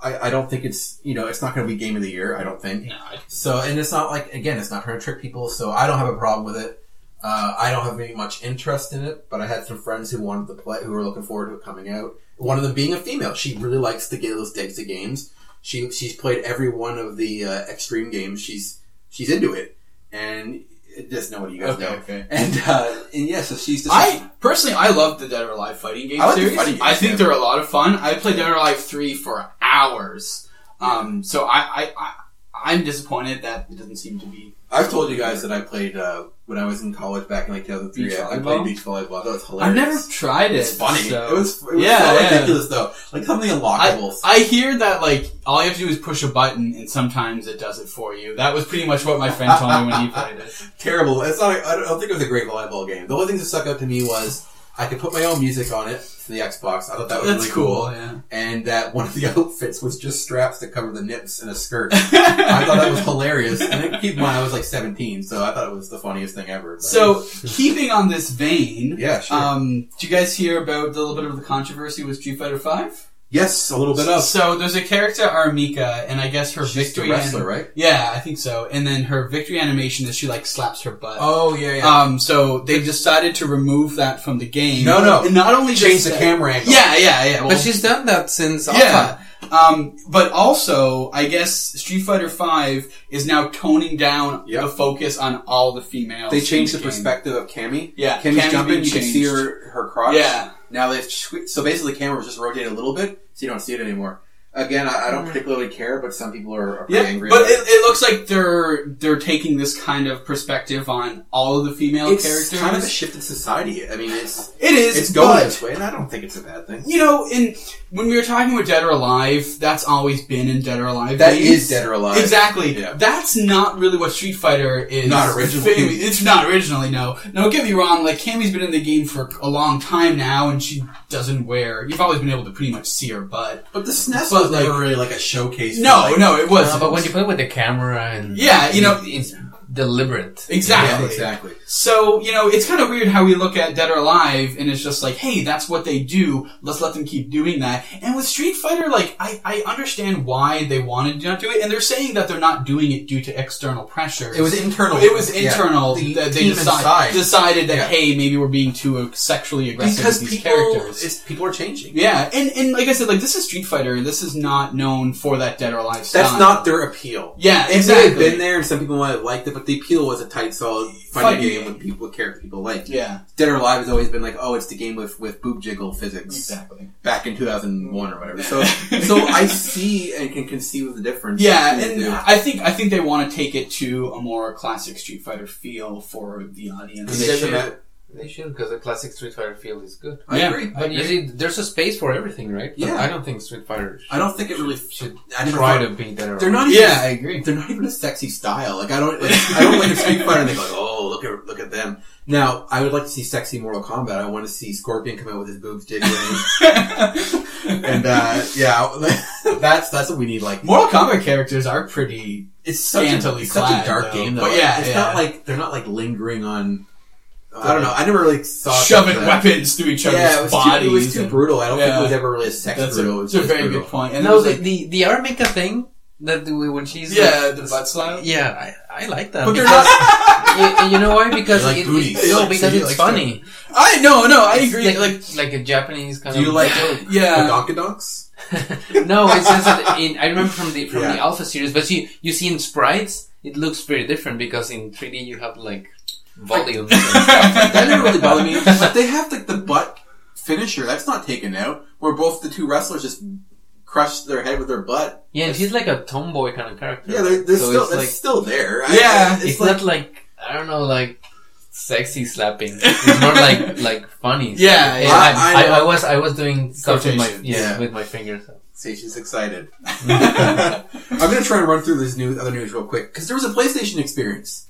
Speaker 1: I, I don't think it's you know it's not going to be game of the year. I don't think.
Speaker 3: No, I-
Speaker 1: So, and it's not like again, it's not trying to trick people. So I don't have a problem with it. Uh, I don't have any much interest in it, but I had some friends who wanted to play, who were looking forward to it coming out. One of them being a female, she really likes the Galos Degsa games. She she's played every one of the uh, extreme games. She's she's into it, and it- just know what you guys
Speaker 3: Okay,
Speaker 1: know.
Speaker 3: okay.
Speaker 1: And uh, and yeah, so she's just
Speaker 3: I personally, I love the Dead or Alive fighting game
Speaker 1: I like the
Speaker 3: series.
Speaker 1: fighting games,
Speaker 3: I think
Speaker 1: yeah.
Speaker 3: they're a lot of fun. I played Dead or Alive three for hours. Um, so I, I, I, I'm disappointed that it doesn't seem to be.
Speaker 1: I've told you guys that I played uh, when I was in college back in like 2003.
Speaker 3: Beach
Speaker 1: I, I
Speaker 3: volleyball?
Speaker 1: played beach volleyball. That was hilarious.
Speaker 3: I've never tried it.
Speaker 1: It's funny.
Speaker 3: so-
Speaker 1: It was, it was
Speaker 3: Yeah,
Speaker 1: so
Speaker 3: yeah.
Speaker 1: ridiculous though. Like something unlockable.
Speaker 3: I hear that like all you have to do is push a button and sometimes it does it for you. That was pretty much what my friend told me when he played it.
Speaker 1: terrible. It's not. I don't- I don't think it was a great volleyball game. The only thing that stuck out to me was I could put my own music on it for the Xbox. I thought that was
Speaker 3: That's
Speaker 1: really
Speaker 3: cool.
Speaker 1: cool.
Speaker 3: Yeah.
Speaker 1: And that one of the outfits was just straps to cover the nips and a skirt. I thought that was hilarious. And keep in mind, I was like 17, so I thought it was the funniest thing ever. But-
Speaker 3: so keeping on this vein,
Speaker 1: yeah, sure.
Speaker 3: um, do you guys hear about the little bit of the controversy with Street Fighter Five?
Speaker 1: yes, a little bit of.
Speaker 3: So there's a character Armika, and I guess her
Speaker 1: She's the
Speaker 3: victory.
Speaker 1: wrestler,
Speaker 3: anim-
Speaker 1: right?
Speaker 3: yeah, I think so. And then her victory animation is she like slaps her butt.
Speaker 1: Oh yeah,
Speaker 3: Um, so they've decided to remove that from the game.
Speaker 1: No, no.
Speaker 3: And not only
Speaker 1: Change
Speaker 3: just
Speaker 1: the
Speaker 3: that-
Speaker 1: camera angle.
Speaker 3: Yeah, yeah, yeah. Well,
Speaker 2: but she's done that since Alpha.
Speaker 3: yeah. Um, but also, I guess Street Fighter Five is now toning down
Speaker 1: Yep.
Speaker 3: the focus on all the females.
Speaker 1: They
Speaker 3: in
Speaker 1: changed the
Speaker 3: game.
Speaker 1: perspective of Cammy.
Speaker 3: Yeah,
Speaker 1: Cammy's
Speaker 3: Cammy's
Speaker 1: jumping.
Speaker 3: been
Speaker 1: You can see
Speaker 3: changed.
Speaker 1: her her crotch.
Speaker 3: Yeah.
Speaker 1: Now they've swi- so basically the camera was just rotated a little bit, so you don't see it anymore. Again, I, I don't particularly care, but some people are, are pretty
Speaker 3: Yeah,
Speaker 1: angry.
Speaker 3: but
Speaker 1: about
Speaker 3: it, it looks like they're they're taking this kind of perspective on all of the female
Speaker 1: it's
Speaker 3: characters.
Speaker 1: kind of a shift in society. I mean, it's
Speaker 3: it is.
Speaker 1: it's going
Speaker 3: but-
Speaker 1: this way, and I don't think it's a bad thing.
Speaker 3: You know, in when we were talking with Dead or Alive, that's always been in Dead or Alive.
Speaker 1: That
Speaker 3: games.
Speaker 1: is dead or alive.
Speaker 3: Exactly.
Speaker 1: Yeah.
Speaker 3: That's not really what Street Fighter is.
Speaker 1: Not originally.
Speaker 3: fam- It's not originally. No. No. Don't get me wrong. Like Cammy's been in the game for a long time now, and she doesn't wear. You've always been able to pretty much see her butt.
Speaker 1: But the SNES
Speaker 3: But,
Speaker 1: was never
Speaker 3: like-
Speaker 1: really like a showcase.
Speaker 3: No,
Speaker 1: for, like,
Speaker 3: no, it
Speaker 2: Uh,
Speaker 3: wasn't.
Speaker 2: but when you play with the camera and
Speaker 3: Yeah, you know-
Speaker 2: it's deliberate.
Speaker 1: Yeah,
Speaker 3: exactly.
Speaker 1: exactly.
Speaker 3: So you know, it's kind of weird how we look at Dead or Alive, and it's just like, hey, that's what they do. Let's let them keep doing that. And with Street Fighter, like, I, I understand why they wanted to not do it, and they're saying that they're not doing it due to external pressure.
Speaker 1: It was internal.
Speaker 3: It was
Speaker 1: Yeah.
Speaker 3: internal.
Speaker 1: The
Speaker 3: that they
Speaker 1: team
Speaker 3: decide-
Speaker 1: inside.
Speaker 3: decided that
Speaker 1: Yeah.
Speaker 3: hey, maybe we're being too sexually aggressive
Speaker 1: because
Speaker 3: with these
Speaker 1: people
Speaker 3: characters.
Speaker 1: it's, people are changing.
Speaker 3: yeah, and and like I said, like this is Street Fighter. This is not known for that Dead or Alive.
Speaker 1: That's
Speaker 3: style.
Speaker 1: not their appeal.
Speaker 3: Yeah,
Speaker 1: If they
Speaker 3: exactly.
Speaker 1: had been there, and some people might have liked it, but but the appeal was a tight, solid
Speaker 3: Fighting
Speaker 1: fighting game
Speaker 3: game.
Speaker 1: with people with characters people like.
Speaker 3: Yeah,
Speaker 1: Dead or Alive has always been like, oh, it's the game with with boob jiggle physics
Speaker 3: exactly.
Speaker 1: back in two thousand one or whatever. So so I see and can conceive of the difference.
Speaker 3: Yeah,
Speaker 1: between the
Speaker 3: and
Speaker 1: two.
Speaker 3: I think I think they want to take it to a more classic Street Fighter feel for the
Speaker 1: And
Speaker 3: audience.
Speaker 1: they should have-
Speaker 2: They should because the classic Street Fighter feel is good.
Speaker 1: I
Speaker 3: Yeah.
Speaker 1: agree. I
Speaker 2: But you
Speaker 1: agree.
Speaker 2: see, there's a space for everything, right? But
Speaker 1: Yeah.
Speaker 2: I don't think Street Fighter.
Speaker 1: I don't think it really should. I never
Speaker 2: try
Speaker 1: thought-
Speaker 2: to be that.
Speaker 1: They're not even.
Speaker 3: Yeah, I agree.
Speaker 1: They're not even a sexy style. Like I don't. Like, I don't like a Street Fighter. And they go, oh, look at look at them. Now I would like to see sexy Mortal Kombat. I want to see Scorpion come out with his boobs jiggling. and uh, yeah, that's that's what we need. Like
Speaker 3: Mortal Kombat characters are pretty.
Speaker 1: it's such, a,
Speaker 3: Scantily
Speaker 1: it's such a
Speaker 3: clad,
Speaker 1: dark
Speaker 3: though.
Speaker 1: game. Though.
Speaker 3: But yeah,
Speaker 1: it's
Speaker 3: yeah.
Speaker 1: not like they're not like lingering on. uh, I don't know. I never really saw it
Speaker 3: shoving
Speaker 1: like that.
Speaker 3: weapons through each other's
Speaker 1: Yeah, it was, too,
Speaker 3: bodies.
Speaker 1: it was too
Speaker 3: and-
Speaker 1: brutal. I don't think
Speaker 3: Yeah.
Speaker 1: it was ever really a sex
Speaker 3: That's
Speaker 1: brutal.
Speaker 3: a,
Speaker 1: It was
Speaker 3: it's a
Speaker 1: just
Speaker 3: very
Speaker 1: brutal.
Speaker 3: good point. And it
Speaker 2: No,
Speaker 3: was
Speaker 2: the,
Speaker 3: like-
Speaker 2: the the Armica thing that the, when she's
Speaker 3: yeah, the butt slap.
Speaker 2: like, yeah, I, I like that.
Speaker 1: But they're
Speaker 2: because- you, you know why? Because
Speaker 1: They like
Speaker 2: it,
Speaker 1: booties.
Speaker 2: it,
Speaker 1: They
Speaker 2: no,
Speaker 1: like-
Speaker 2: because
Speaker 1: they
Speaker 2: it's
Speaker 1: like
Speaker 2: funny.
Speaker 3: I no, no, I agree.
Speaker 2: Like,
Speaker 3: like
Speaker 2: like a Japanese kind
Speaker 1: Do you
Speaker 2: of.
Speaker 1: like
Speaker 3: yeah,
Speaker 1: Donkedonks?
Speaker 2: no, it's just that in, I remember from the from the
Speaker 1: Yeah.
Speaker 2: Alpha series, but you you see in sprites it looks very different because in 3D you have like volumes. and stuff.
Speaker 1: That didn't really bother me. But they have like the butt finisher. That's not taken out. Where both the two wrestlers just crush their head with their butt.
Speaker 2: Yeah, and she's like a tomboy kind of character.
Speaker 1: Yeah, they're, they're
Speaker 2: So
Speaker 1: still
Speaker 2: it's
Speaker 1: that's
Speaker 2: like
Speaker 1: still there.
Speaker 3: Yeah.
Speaker 1: it's,
Speaker 2: it's,
Speaker 1: like
Speaker 2: not like I don't know like sexy slapping. It's more like like funny.
Speaker 3: Yeah,
Speaker 2: slapping.
Speaker 3: yeah.
Speaker 1: I-
Speaker 2: I, I,
Speaker 1: I-
Speaker 2: I was I was doing stuff with my
Speaker 3: Quotations.
Speaker 2: yeah,
Speaker 1: Yeah.
Speaker 2: with my fingers.
Speaker 1: see, she's excited. I'm gonna try and run through this news, other news real quick because there was a PlayStation experience.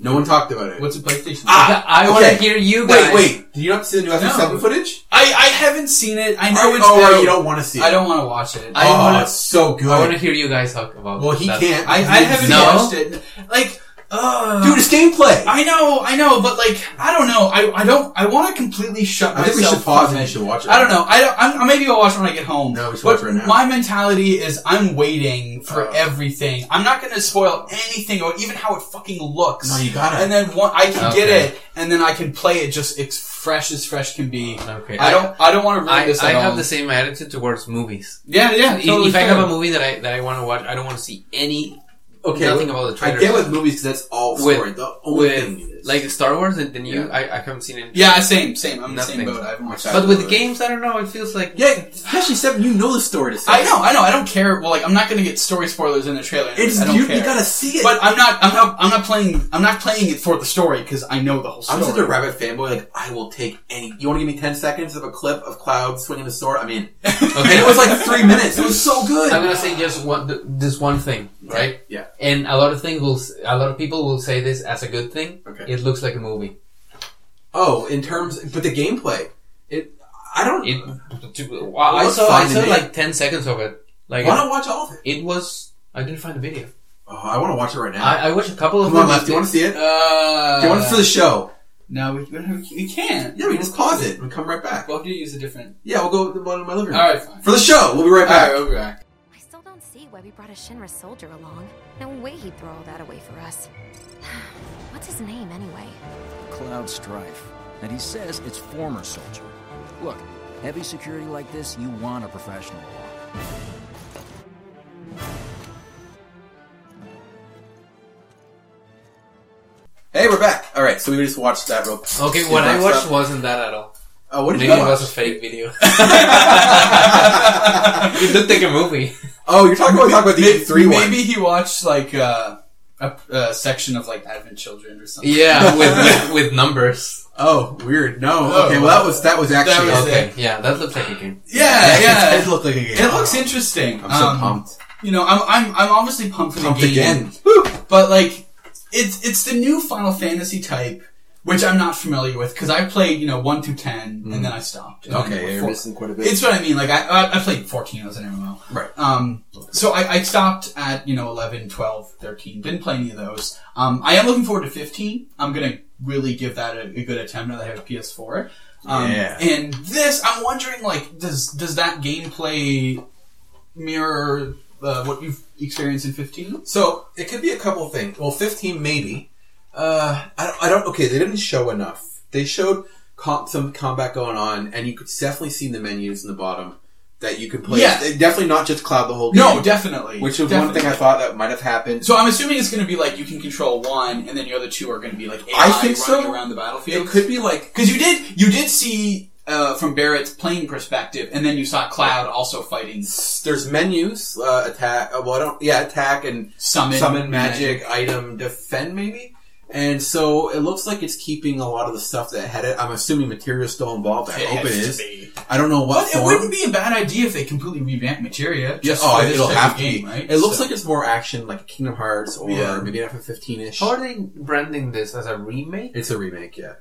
Speaker 1: No one talked about it.
Speaker 3: What's a PlayStation?
Speaker 1: Ah,
Speaker 2: I want to
Speaker 1: okay.
Speaker 2: hear you
Speaker 1: wait,
Speaker 2: guys.
Speaker 1: wait! Did you not see the new iPhone
Speaker 3: No.
Speaker 1: Seven footage?
Speaker 3: I I haven't seen it. I know
Speaker 1: oh,
Speaker 3: it's
Speaker 1: oh,
Speaker 3: out.
Speaker 1: you don't want to see it.
Speaker 3: I don't want to watch it.
Speaker 2: I
Speaker 1: oh,
Speaker 2: wanna-
Speaker 1: it's so good.
Speaker 2: I want to hear you guys talk about.
Speaker 1: well, he
Speaker 2: that.
Speaker 1: can't.
Speaker 3: I, I haven't
Speaker 2: No.
Speaker 3: watched it. Like, uh,
Speaker 1: Dude, it's gameplay.
Speaker 3: I know, I know, but like, I don't know. I, I don't. I want to completely shut
Speaker 1: I
Speaker 3: myself.
Speaker 1: think we should pause and
Speaker 3: from
Speaker 1: we
Speaker 3: it.
Speaker 1: should watch it.
Speaker 3: I don't know. I don't. I'm, maybe I'll watch it when I get home.
Speaker 1: No, we should
Speaker 3: But
Speaker 1: watch it right now.
Speaker 3: My mentality is I'm waiting for
Speaker 1: Uh.
Speaker 3: everything. I'm not going to spoil anything or even how it fucking looks.
Speaker 1: No, you gotta.
Speaker 3: and then one, I can get
Speaker 2: Okay.
Speaker 3: it, and then I can play it just as fresh as fresh can be.
Speaker 2: Okay.
Speaker 3: I don't. I don't want to ruin
Speaker 2: I,
Speaker 3: this
Speaker 2: I
Speaker 3: at all.
Speaker 2: have the same attitude towards movies.
Speaker 3: Yeah, yeah.
Speaker 2: If-
Speaker 3: totally
Speaker 2: if I have
Speaker 3: fair.
Speaker 2: a movie that I that I want to watch, I don't want to see any
Speaker 1: okay,
Speaker 2: nothing about the trailer.
Speaker 1: I get with movies because that's all
Speaker 2: With-
Speaker 1: story. the only thing
Speaker 2: with
Speaker 1: is-
Speaker 2: like Star Wars and the new.
Speaker 1: Yeah.
Speaker 2: I, I haven't seen it.
Speaker 3: yeah, same, same. I'm in the same
Speaker 2: Nothing.
Speaker 3: boat. I haven't watched that.
Speaker 2: but with
Speaker 1: Absolutely.
Speaker 2: games, I don't know. It feels like
Speaker 1: yeah, especially seven. You know the story to say.
Speaker 3: I know, I know. I don't care. Well, like I'm not going to get story spoilers in the trailer.
Speaker 1: It's
Speaker 3: I don't
Speaker 1: you,
Speaker 3: care.
Speaker 1: you gotta see it.
Speaker 3: But I'm not. I'm not. I'm not playing. I'm not playing it for the story because I know the whole story.
Speaker 1: I'm such a rabbit fanboy. Like I will take any. You want to give me ten seconds of a clip of Cloud swinging the sword? I mean, and it was like three minutes. It was so good.
Speaker 2: I'm gonna say just one th- this one thing, right?
Speaker 1: Yeah.
Speaker 2: And a lot of things will s- a lot of people will say this as a good thing.
Speaker 1: Okay.
Speaker 2: It looks like a movie.
Speaker 1: Oh, in terms, but the gameplay. It. I don't.
Speaker 2: It. wow, I
Speaker 1: looks
Speaker 2: saw I
Speaker 1: fine to
Speaker 2: saw
Speaker 1: me.
Speaker 2: like ten seconds of it. Like
Speaker 1: why don't watch all of it?
Speaker 2: it was. I didn't find the video.
Speaker 1: Oh, I want to watch it right now.
Speaker 2: I, I watched a couple of.
Speaker 1: Come on,
Speaker 2: movies.
Speaker 1: left. Do you want to see it?
Speaker 3: Uh,
Speaker 1: do you want it for the show?
Speaker 3: No, we, we, don't- we can't.
Speaker 1: Yeah, we can just pause it and come right back.
Speaker 3: We'll have to use a different.
Speaker 1: Yeah, we'll go with the one in my living room.
Speaker 3: All right, fine.
Speaker 1: For the show, we'll be right
Speaker 3: All right,
Speaker 1: back.
Speaker 3: we'll be back.
Speaker 4: I still don't see why we brought a Shinra soldier along. No way he'd throw all that away for us. What's his name, anyway?
Speaker 5: Cloud Strife, and he says it's former soldier. Look, heavy security like this, you want a professional.
Speaker 1: Hey, we're back. All right, so we just watched that real.
Speaker 2: Okay,
Speaker 1: it
Speaker 2: what I
Speaker 1: wraps
Speaker 2: watched
Speaker 1: up.
Speaker 2: wasn't that at all.
Speaker 1: Oh, what did
Speaker 2: Maybe
Speaker 1: you
Speaker 2: it was a
Speaker 1: watch?
Speaker 2: fake video. it looked like a movie.
Speaker 1: Oh, you're talking about talking about the
Speaker 3: Maybe,
Speaker 1: three
Speaker 3: maybe
Speaker 1: one.
Speaker 3: he watched like uh, a, a section of like Advent Children or something.
Speaker 2: Yeah, with with numbers.
Speaker 1: Oh, weird. No.
Speaker 3: Oh.
Speaker 1: okay, well that was that was actually
Speaker 3: was it.
Speaker 2: Okay, yeah, that looks like a game.
Speaker 3: yeah, yeah.
Speaker 1: it looked like a game.
Speaker 3: It looks interesting.
Speaker 1: I'm so
Speaker 3: Um,
Speaker 1: pumped.
Speaker 3: You know, I'm I'm I'm obviously pumped for the
Speaker 1: Pumped
Speaker 3: game.
Speaker 1: again.
Speaker 3: But like, it's it's the new Final Fantasy type, which I'm not familiar with because I played you know one through ten and then I stopped. And then
Speaker 1: Mm. Okay,
Speaker 3: we're
Speaker 1: you're
Speaker 3: four-
Speaker 1: missing quite a bit.
Speaker 3: it's what I mean. Like I- I I played fourteen as an MMO.
Speaker 1: right.
Speaker 3: Um, so I, I stopped at, you know, 11, 12, 13. Didn't play any of those. Um, I am looking forward to 15. I'm going to really give that a, a good attempt now that I have a PS4. Um,
Speaker 1: Yeah.
Speaker 3: And this, I'm wondering, like, does does that gameplay mirror uh, what you've experienced in 15?
Speaker 1: So it could be a couple of things. Well, fifteen maybe. Uh, I don't, I don't. Okay, they didn't show enough. They showed com- some combat going on, and you could definitely see in the menus in the bottom that you could play.
Speaker 3: Yes.
Speaker 1: Definitely not just cloud the whole game.
Speaker 3: No, definitely.
Speaker 1: Which is one
Speaker 3: Definitely.
Speaker 1: thing I thought that might have happened.
Speaker 3: So I'm assuming it's going to be like you can control one, and then your other two are going to be like AI
Speaker 1: I think
Speaker 3: running
Speaker 1: so.
Speaker 3: around the battlefield.
Speaker 1: it could be like
Speaker 3: Because you did, you did see uh, from Barrett's playing perspective, and then you saw Cloud also fighting
Speaker 1: there's menus, uh, attack. Uh, well, I don't. Yeah, attack and
Speaker 3: summon,
Speaker 1: summon magic, item defend maybe. And so it looks like it's keeping a lot of the stuff that had it. I'm assuming material still involved. I
Speaker 3: It
Speaker 1: hope it
Speaker 3: has to
Speaker 1: is.
Speaker 3: be.
Speaker 1: I don't know what
Speaker 3: But it
Speaker 1: form.
Speaker 3: wouldn't be a bad idea if they completely revamped materia.
Speaker 1: Yes,
Speaker 3: Just
Speaker 1: oh,
Speaker 3: for this
Speaker 1: it'll
Speaker 3: type
Speaker 1: have
Speaker 3: of
Speaker 1: to
Speaker 3: game,
Speaker 1: be.
Speaker 3: right?
Speaker 1: It looks
Speaker 3: So-
Speaker 1: like it's more action, like Kingdom Hearts or
Speaker 3: Yeah.
Speaker 1: maybe an FF15 ish.
Speaker 2: How are they branding this as a remake?
Speaker 1: It's a remake, yeah.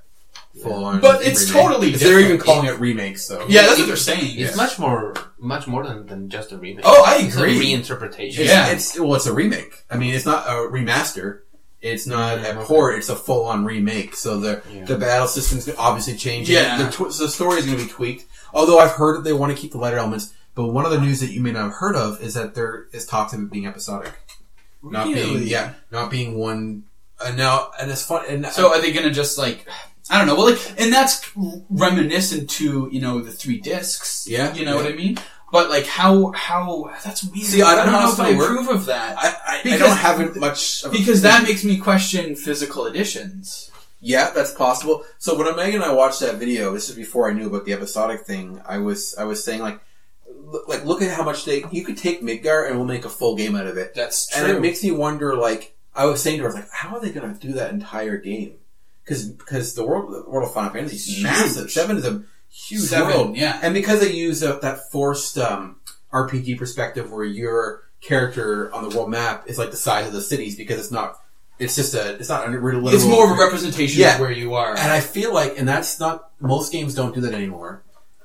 Speaker 1: Full on.
Speaker 3: But it's totally
Speaker 1: They're even
Speaker 3: different.
Speaker 1: calling it remakes, so
Speaker 3: yeah, that's what they're saying.
Speaker 2: It's much more, much more than, than just a remake.
Speaker 3: Oh, I
Speaker 2: It's a
Speaker 3: agree.
Speaker 2: reinterpretation.
Speaker 1: It's,
Speaker 3: Yeah.
Speaker 1: it's well, it's a remake. I mean, it's not a remaster. It's not a core. It's a full on remake. So the the battle system's obviously changing.
Speaker 3: Yeah.
Speaker 1: The, tw- the story is going to be tweaked. Although I've heard that they want to keep the lighter elements. But one of the news that you may not have heard of is that there is talks of it being episodic, not being
Speaker 3: Really?
Speaker 1: yeah, not being one. Uh, now and it's fun. And uh,
Speaker 3: So are they going to just like I don't know? Well, like, and that's reminiscent to you know the three discs.
Speaker 1: Yeah,
Speaker 3: you know
Speaker 1: yeah.
Speaker 3: what I mean. But like how how that's weird.
Speaker 1: See, I don't know how
Speaker 3: know
Speaker 1: it's
Speaker 3: if I
Speaker 1: gonna work.
Speaker 3: approve of that
Speaker 1: I, I, I
Speaker 3: Because-
Speaker 1: don't have much of a-
Speaker 3: because that makes me question physical editions.
Speaker 1: Yeah, that's possible. So when Megan and I watched that video, this is before I knew about the episodic thing. I was I was saying like, l- like look at how much they you could take Midgar and we'll make a full game out of it.
Speaker 3: That's
Speaker 1: and it makes me wonder. Like I was saying to her, like how are they going to do that entire game? Because because the world the world of Final Fantasy is
Speaker 3: Huge.
Speaker 1: massive. Seven is a huge
Speaker 3: Seven,
Speaker 1: world.
Speaker 3: yeah.
Speaker 1: and because they use that, that forced um, RPG perspective where your character on the world map is like the size of the cities because it's not. It's just a. It's not a really
Speaker 3: it's
Speaker 1: literal-
Speaker 3: more of a representation
Speaker 1: Yeah.
Speaker 3: of where you are.
Speaker 1: and I feel like, and that's not most games don't do that anymore.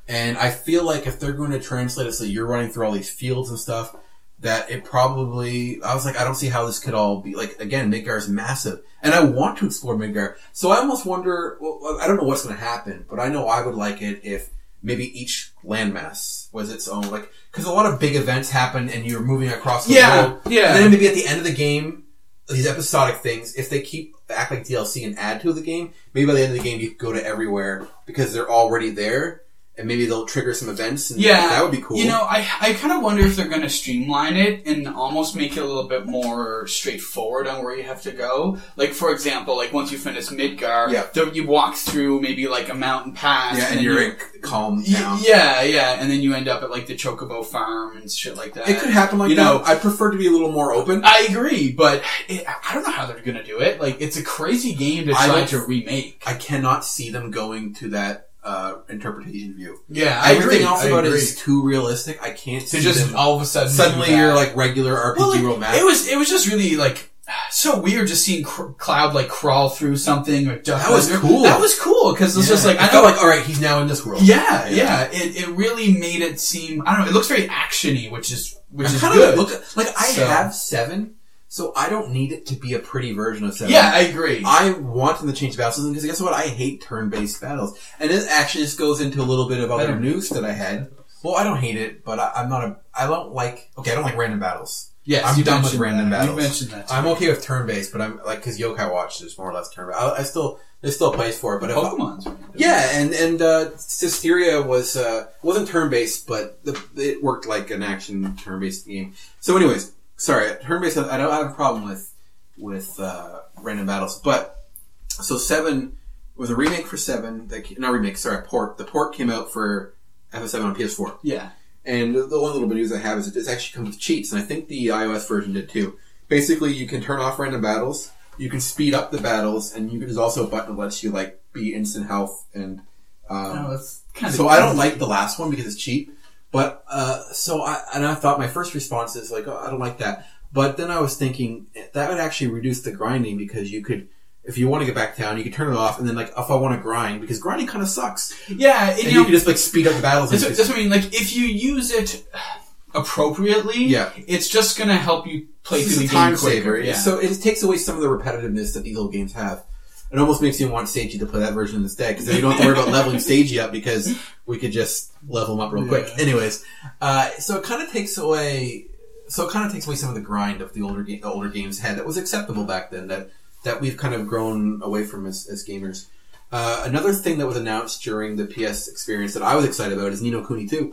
Speaker 1: And I feel like if they're going to translate it so you're running through all these fields and stuff, that it probably I was like, I don't see how this could all be like again, Midgar is massive. And I want to explore Midgar. So I almost wonder well, I don't know what's gonna happen, but I know I would like it if maybe each landmass was its own like because a lot of big events happen and you're moving across the
Speaker 3: Yeah,
Speaker 1: world.
Speaker 3: yeah.
Speaker 1: And then maybe at the end of the game, these episodic things, if they keep act like DLC and add to the game, maybe by the end of the game you could go to everywhere because they're already there, and maybe they'll trigger some events. And
Speaker 3: yeah,
Speaker 1: that would be cool.
Speaker 3: You know, I I kind of wonder if they're going to streamline it and almost make it a little bit more straightforward on where you have to go. Like for example, like once you finish Midgar,
Speaker 1: Yeah.
Speaker 3: there- you walk through maybe like a mountain pass,
Speaker 1: yeah, and
Speaker 3: then
Speaker 1: you're
Speaker 3: you-
Speaker 1: in calm
Speaker 3: Y-
Speaker 1: town.
Speaker 3: Yeah, yeah, and then you end up at like the Chocobo farm and shit like that.
Speaker 1: It could happen like
Speaker 3: you
Speaker 1: that.
Speaker 3: know.
Speaker 1: I prefer to be a little more open.
Speaker 3: I agree, but it, I don't know how they're gonna do it. Like, it's a crazy game to
Speaker 1: I
Speaker 3: try
Speaker 1: don't-
Speaker 3: to remake.
Speaker 1: I cannot see them going to that uh, interpretation view.
Speaker 3: yeah,
Speaker 1: Everything else
Speaker 3: I
Speaker 1: about it
Speaker 3: agree.
Speaker 1: is too realistic. I can't
Speaker 3: to
Speaker 1: see
Speaker 3: just
Speaker 1: them.
Speaker 3: all of a sudden do
Speaker 1: suddenly
Speaker 3: that.
Speaker 1: you're like regular RPG
Speaker 3: Well, like,
Speaker 1: world map.
Speaker 3: It was it was just really like so weird just seeing cr- Cloud like crawl through something or duck
Speaker 1: That was
Speaker 3: under.
Speaker 1: cool.
Speaker 3: That was cool because it's
Speaker 1: Yeah.
Speaker 3: just like
Speaker 1: I
Speaker 3: I
Speaker 1: felt
Speaker 3: know
Speaker 1: like all right, he's now in this world.
Speaker 3: yeah,
Speaker 1: Yeah.
Speaker 3: yeah, It, it really made it seem I don't know. It looks very actiony, which is which
Speaker 1: I
Speaker 3: is
Speaker 1: kind
Speaker 3: good.
Speaker 1: of look at- like I
Speaker 3: So-
Speaker 1: have seven, so I don't need it to be a pretty version of seven.
Speaker 3: yeah, I agree.
Speaker 1: I want them to change the battle system because guess what? I hate turn-based battles, and this actually just goes into a little bit of other news that I had. Well, I don't hate it, but I, I'm not a. I don't like. Okay, I don't like random battles.
Speaker 3: yes,
Speaker 1: I'm
Speaker 3: you
Speaker 1: done with
Speaker 3: mentioned
Speaker 1: random
Speaker 3: that.
Speaker 1: battles.
Speaker 3: You mentioned that. to
Speaker 1: I'm
Speaker 3: me.
Speaker 1: okay with turn-based, but I'm like because Yokai Watch is more or less turn. I, I still there's still a place for it, but if I-
Speaker 3: Pokemon's random.
Speaker 1: yeah, and and uh, Cysteria was uh, wasn't turn based, but the, it worked like an action turn based game. So, anyways, sorry, turn based. I don't have a problem with with uh, random battles, but so seven was a remake for seven. That ca- not remake, sorry, port. The port came out for FS7 on PS4.
Speaker 3: Yeah.
Speaker 1: And the one little bit of news I have is it it's actually comes with cheats, and I think the iOS version did too. Basically, you can turn off random battles, you can speed up the battles, and you can, there's also a button that lets you like be instant health. And um,
Speaker 3: No, Oh, that's kind of
Speaker 1: so I don't like the last one because it's cheap. But uh, so I and I thought my first response is like oh, I don't like that. But then I was thinking eh, that would actually reduce the grinding because you could. If you want to get back down, you could turn it off, and then like if I want to grind, because grinding kind of sucks,
Speaker 3: Yeah, and,
Speaker 1: and
Speaker 3: you
Speaker 1: you
Speaker 3: know,
Speaker 1: can just like speed up the battles. and
Speaker 3: That's what,
Speaker 1: just-
Speaker 3: that's what I mean. Like, if you use it appropriately,
Speaker 1: Yeah.
Speaker 3: it's just gonna help you play
Speaker 1: It's a
Speaker 3: through the
Speaker 1: time
Speaker 3: game quicker.
Speaker 1: saver.
Speaker 3: Yeah.
Speaker 1: So it takes away some of the repetitiveness that these old games have. It almost makes me want Seiji to play that version instead because then you don't have to worry about leveling Seiji up because we could just level him up real quick. Anyways, uh, so it kind of takes away, so it kind of takes away some of the grind of the older game, the older games had that was acceptable back then that that we've kind of grown away from as, as gamers. Uh, another thing that was announced during the PS experience that I was excited about is Nino Kuni 2.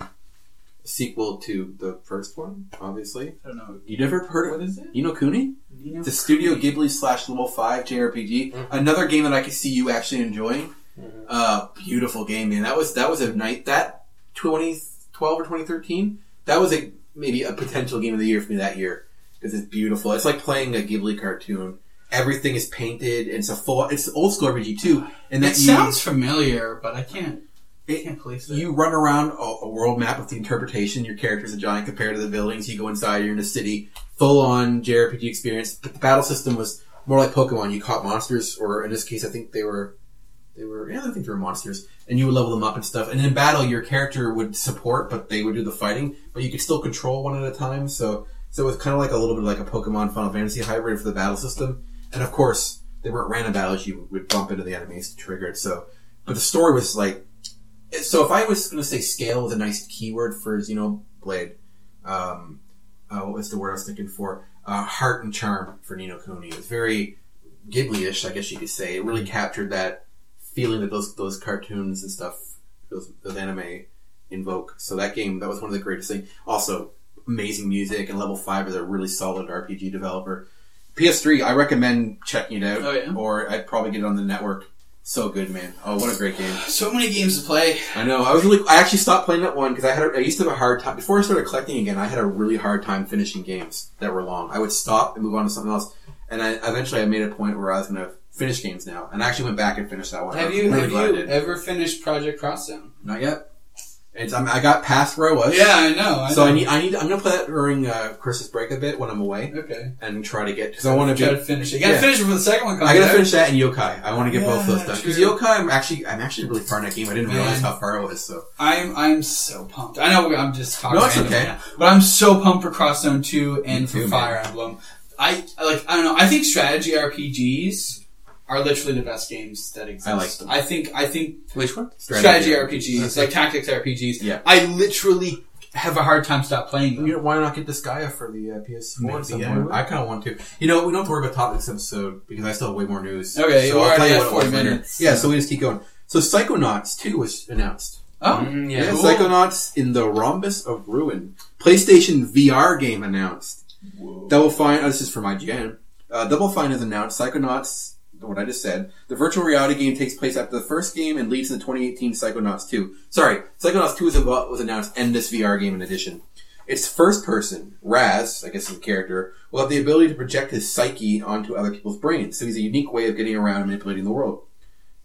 Speaker 1: sequel to the first one, obviously.
Speaker 3: I don't know.
Speaker 1: You never heard of
Speaker 3: What is it?
Speaker 1: You know Cooney?
Speaker 3: Nino Mm-hmm.
Speaker 1: It's a Studio Ghibli slash Level 5 JRPG. Another game that I could see you actually enjoying. Uh, beautiful game, man. That was that was a night that 2012 or 2013. That was a maybe a potential game of the year for me that year because it's beautiful. It's like playing a Ghibli cartoon. Everything is painted. And it's a full. It's old school RPG too. And that
Speaker 3: It
Speaker 1: you-
Speaker 3: sounds familiar, but I can't. I
Speaker 1: It-
Speaker 3: can't place it.
Speaker 1: you run around a, a world map with the interpretation. Your character's a giant compared to the buildings. You go inside. You're in a city. Full on JRPG experience. But the battle system was more like Pokemon. You caught monsters, or in this case, I think they were, they were. Yeah, I think they were monsters. And you would level them up and stuff. And in battle, your character would support, but they would do the fighting. But you could still control one at a time. So, so it was kind of like a little bit like a Pokemon Final Fantasy hybrid for the battle system. And of course, they weren't random battles. You would bump into the enemies to trigger it. So, but the story was like so if I was going to say scale with a nice keyword for Xenoblade, um, uh, what was the word I was thinking for? Uh, heart and charm for Nino Cooney. It was very Ghibli-ish, I guess you could say. It really
Speaker 3: Mm-hmm.
Speaker 1: captured that feeling that those those cartoons and stuff, those, those anime invoke. So that game, that was one of the greatest things. Also, amazing music and Level Five is a really solid RPG developer. PS3, I recommend checking it out,
Speaker 3: Oh, yeah?
Speaker 1: or I'd probably get it on the network. So good, man! Oh, what a great game!
Speaker 3: so many games to play.
Speaker 1: I know. I was really. I actually stopped playing that one because I had. A, I used to have a hard time before I started collecting again. I had a really hard time finishing games that were long. I would stop and move on to something else, and I eventually I made a point where I was going to finish games now, and I actually went back and finished that one. I
Speaker 3: Have
Speaker 1: was
Speaker 3: you
Speaker 1: really
Speaker 3: have
Speaker 1: glad I
Speaker 3: you
Speaker 1: did.
Speaker 3: ever finished Project Crossdown?
Speaker 1: Not yet. It's. I'm, I got past where I was.
Speaker 3: Yeah, I know. I
Speaker 1: So I
Speaker 3: know.
Speaker 1: need. I need. I'm going to play that during uh, Christmas break a bit when I'm away
Speaker 3: Okay.
Speaker 1: and try to get because I want
Speaker 3: Try
Speaker 1: to
Speaker 3: to
Speaker 1: be.
Speaker 3: finish it. You gotta
Speaker 1: Yeah.
Speaker 3: finish it for the second one. comes
Speaker 1: I gotta
Speaker 3: out.
Speaker 1: finish that and yokai. I want to get both
Speaker 3: Yeah,
Speaker 1: those done because
Speaker 3: true.
Speaker 1: yokai. I'm actually. I'm actually really far in that game. I didn't
Speaker 3: Man.
Speaker 1: realize how far I was. So
Speaker 3: I'm I'm so pumped. I know I'm just talking.
Speaker 1: No, it's
Speaker 3: randomly
Speaker 1: okay.
Speaker 3: now, but I'm so pumped for Crosszone Two and
Speaker 1: Me
Speaker 3: for
Speaker 1: too,
Speaker 3: Fire Emblem. I I like. I don't know. I think strategy RPGs are literally the best games that exist.
Speaker 1: I like them.
Speaker 3: I think. I think
Speaker 2: Which one?
Speaker 3: strategy, RPGs, like tactics RPGs.
Speaker 1: Yeah.
Speaker 3: I literally have a hard time stop playing them.
Speaker 1: You know, why not get this Gaia for the uh, PS4 at some
Speaker 3: Maybe,
Speaker 1: point?
Speaker 3: yeah.
Speaker 1: I kind of want to. You know, we don't have to worry about topics episode because I still have way more news.
Speaker 3: Okay,
Speaker 1: so
Speaker 3: we're
Speaker 1: I'll tell
Speaker 3: already
Speaker 1: you
Speaker 3: at
Speaker 1: what it was
Speaker 3: 40
Speaker 1: later.
Speaker 3: minutes.
Speaker 1: Yeah, so we just keep going. So Psychonauts 2 was announced.
Speaker 3: oh,
Speaker 2: Mm, yeah.
Speaker 1: Yeah,
Speaker 3: cool.
Speaker 1: Psychonauts in the Rhombus of Ruin. PlayStation VR game announced. Double Fine, oh, this is from IGN. Uh, Double Fine has announced Psychonauts, what I just said. The virtual reality game takes place after the first game and leads to the 2018 Psychonauts 2. Sorry, Psychonauts 2 is about, was announced and this VR game in addition. It's first person. Raz, I guess is the character, will have the ability to project his psyche onto other people's brains. So he's a unique way of getting around and manipulating the world.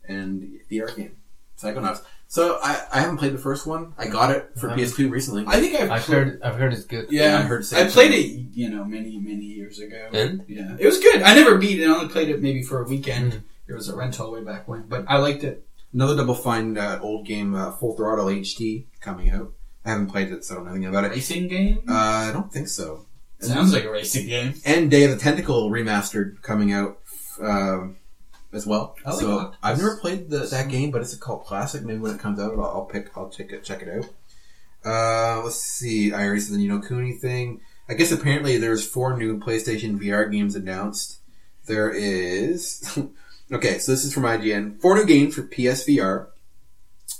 Speaker 1: And VR game. Psychonauts. So I, I haven't played the first one. I got it for
Speaker 2: Mhm.
Speaker 1: PS2 recently.
Speaker 3: I think Uh-huh. I've,
Speaker 2: I've
Speaker 3: played-
Speaker 2: heard. I've heard it's good.
Speaker 3: Yeah,
Speaker 1: I heard the
Speaker 3: I
Speaker 1: same
Speaker 3: played
Speaker 1: thing.
Speaker 3: it, you know, many many years ago.
Speaker 2: And?
Speaker 3: yeah, it was good. I never beat it. I only played it maybe for a weekend.
Speaker 1: Mm.
Speaker 3: It was a rental way back when, but I liked it.
Speaker 1: Another Double Fine uh, old game, uh, Full Throttle HD, coming out. I haven't played it, so I don't know anything about it.
Speaker 3: Racing game
Speaker 1: Uh, I don't think so.
Speaker 3: sounds like a racing game.
Speaker 1: And Day of the Tentacle remastered coming out um as well.
Speaker 3: I like
Speaker 1: so
Speaker 3: Octopus.
Speaker 1: I've never played the, that game, but it's a cult classic. Maybe when it comes out, I'll, I'll pick. I'll check it. Check it out. Uh, let's see. I already said the Nino Cooney thing. I guess apparently there's four new PlayStation VR games announced. There is. okay, so this is from IGN. Four new games for PSVR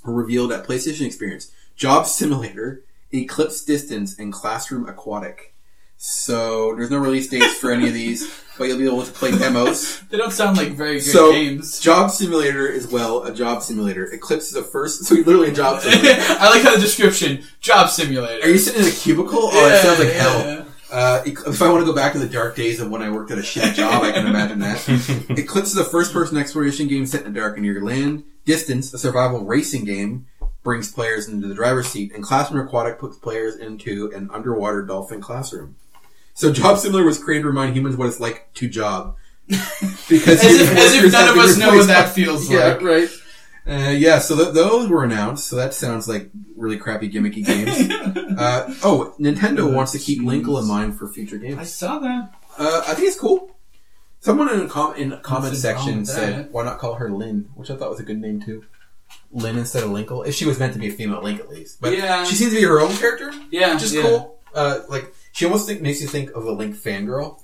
Speaker 1: were revealed at PlayStation Experience: Job Simulator, Eclipse Distance, and Classroom Aquatic. So there's no release dates for any of these, but you'll be able to play demos.
Speaker 3: They don't sound like very good
Speaker 1: So,
Speaker 3: games.
Speaker 1: Job Simulator is well a job simulator. Eclipse is a first, so literally a job simulator.
Speaker 3: I like how the description job simulator.
Speaker 1: Are you sitting in a cubicle? Oh, it sounds like
Speaker 3: Yeah.
Speaker 1: hell. Uh, Ec- if I want to go back to the dark days of when I worked at a shitty job, I can imagine that. Eclipse is a first-person exploration game set in the dark and near land. Distance, a survival racing game, brings players into the driver's seat, and Classroom Aquatic puts players into an underwater dolphin classroom. So, Job Simulator was created to remind humans what it's like to job. because
Speaker 3: As if,
Speaker 1: human
Speaker 3: as if
Speaker 1: workers
Speaker 3: none
Speaker 1: have
Speaker 3: of
Speaker 1: to
Speaker 3: us know
Speaker 1: replace
Speaker 3: what that feels
Speaker 1: yeah,
Speaker 3: like.
Speaker 1: right. Uh, yeah, so th- those were announced. So that sounds like really crappy gimmicky games. uh, oh, Nintendo wants to keep Linkle in mind for future
Speaker 3: I
Speaker 1: games.
Speaker 3: saw that.
Speaker 1: Uh, I think it's cool. Someone in a com- in a comment
Speaker 3: Nothing wrong
Speaker 1: section
Speaker 3: with
Speaker 1: said,
Speaker 3: that.
Speaker 1: "Why not call her Lynn?" Which I thought was a good name too. Lynn instead of Linkle, if she was meant to be a female Link at least. But
Speaker 3: Yeah.
Speaker 1: she seems to be her own character,
Speaker 3: Yeah,
Speaker 1: which is
Speaker 3: yeah.
Speaker 1: cool. Uh, like she almost think- makes you think of a Link fangirl.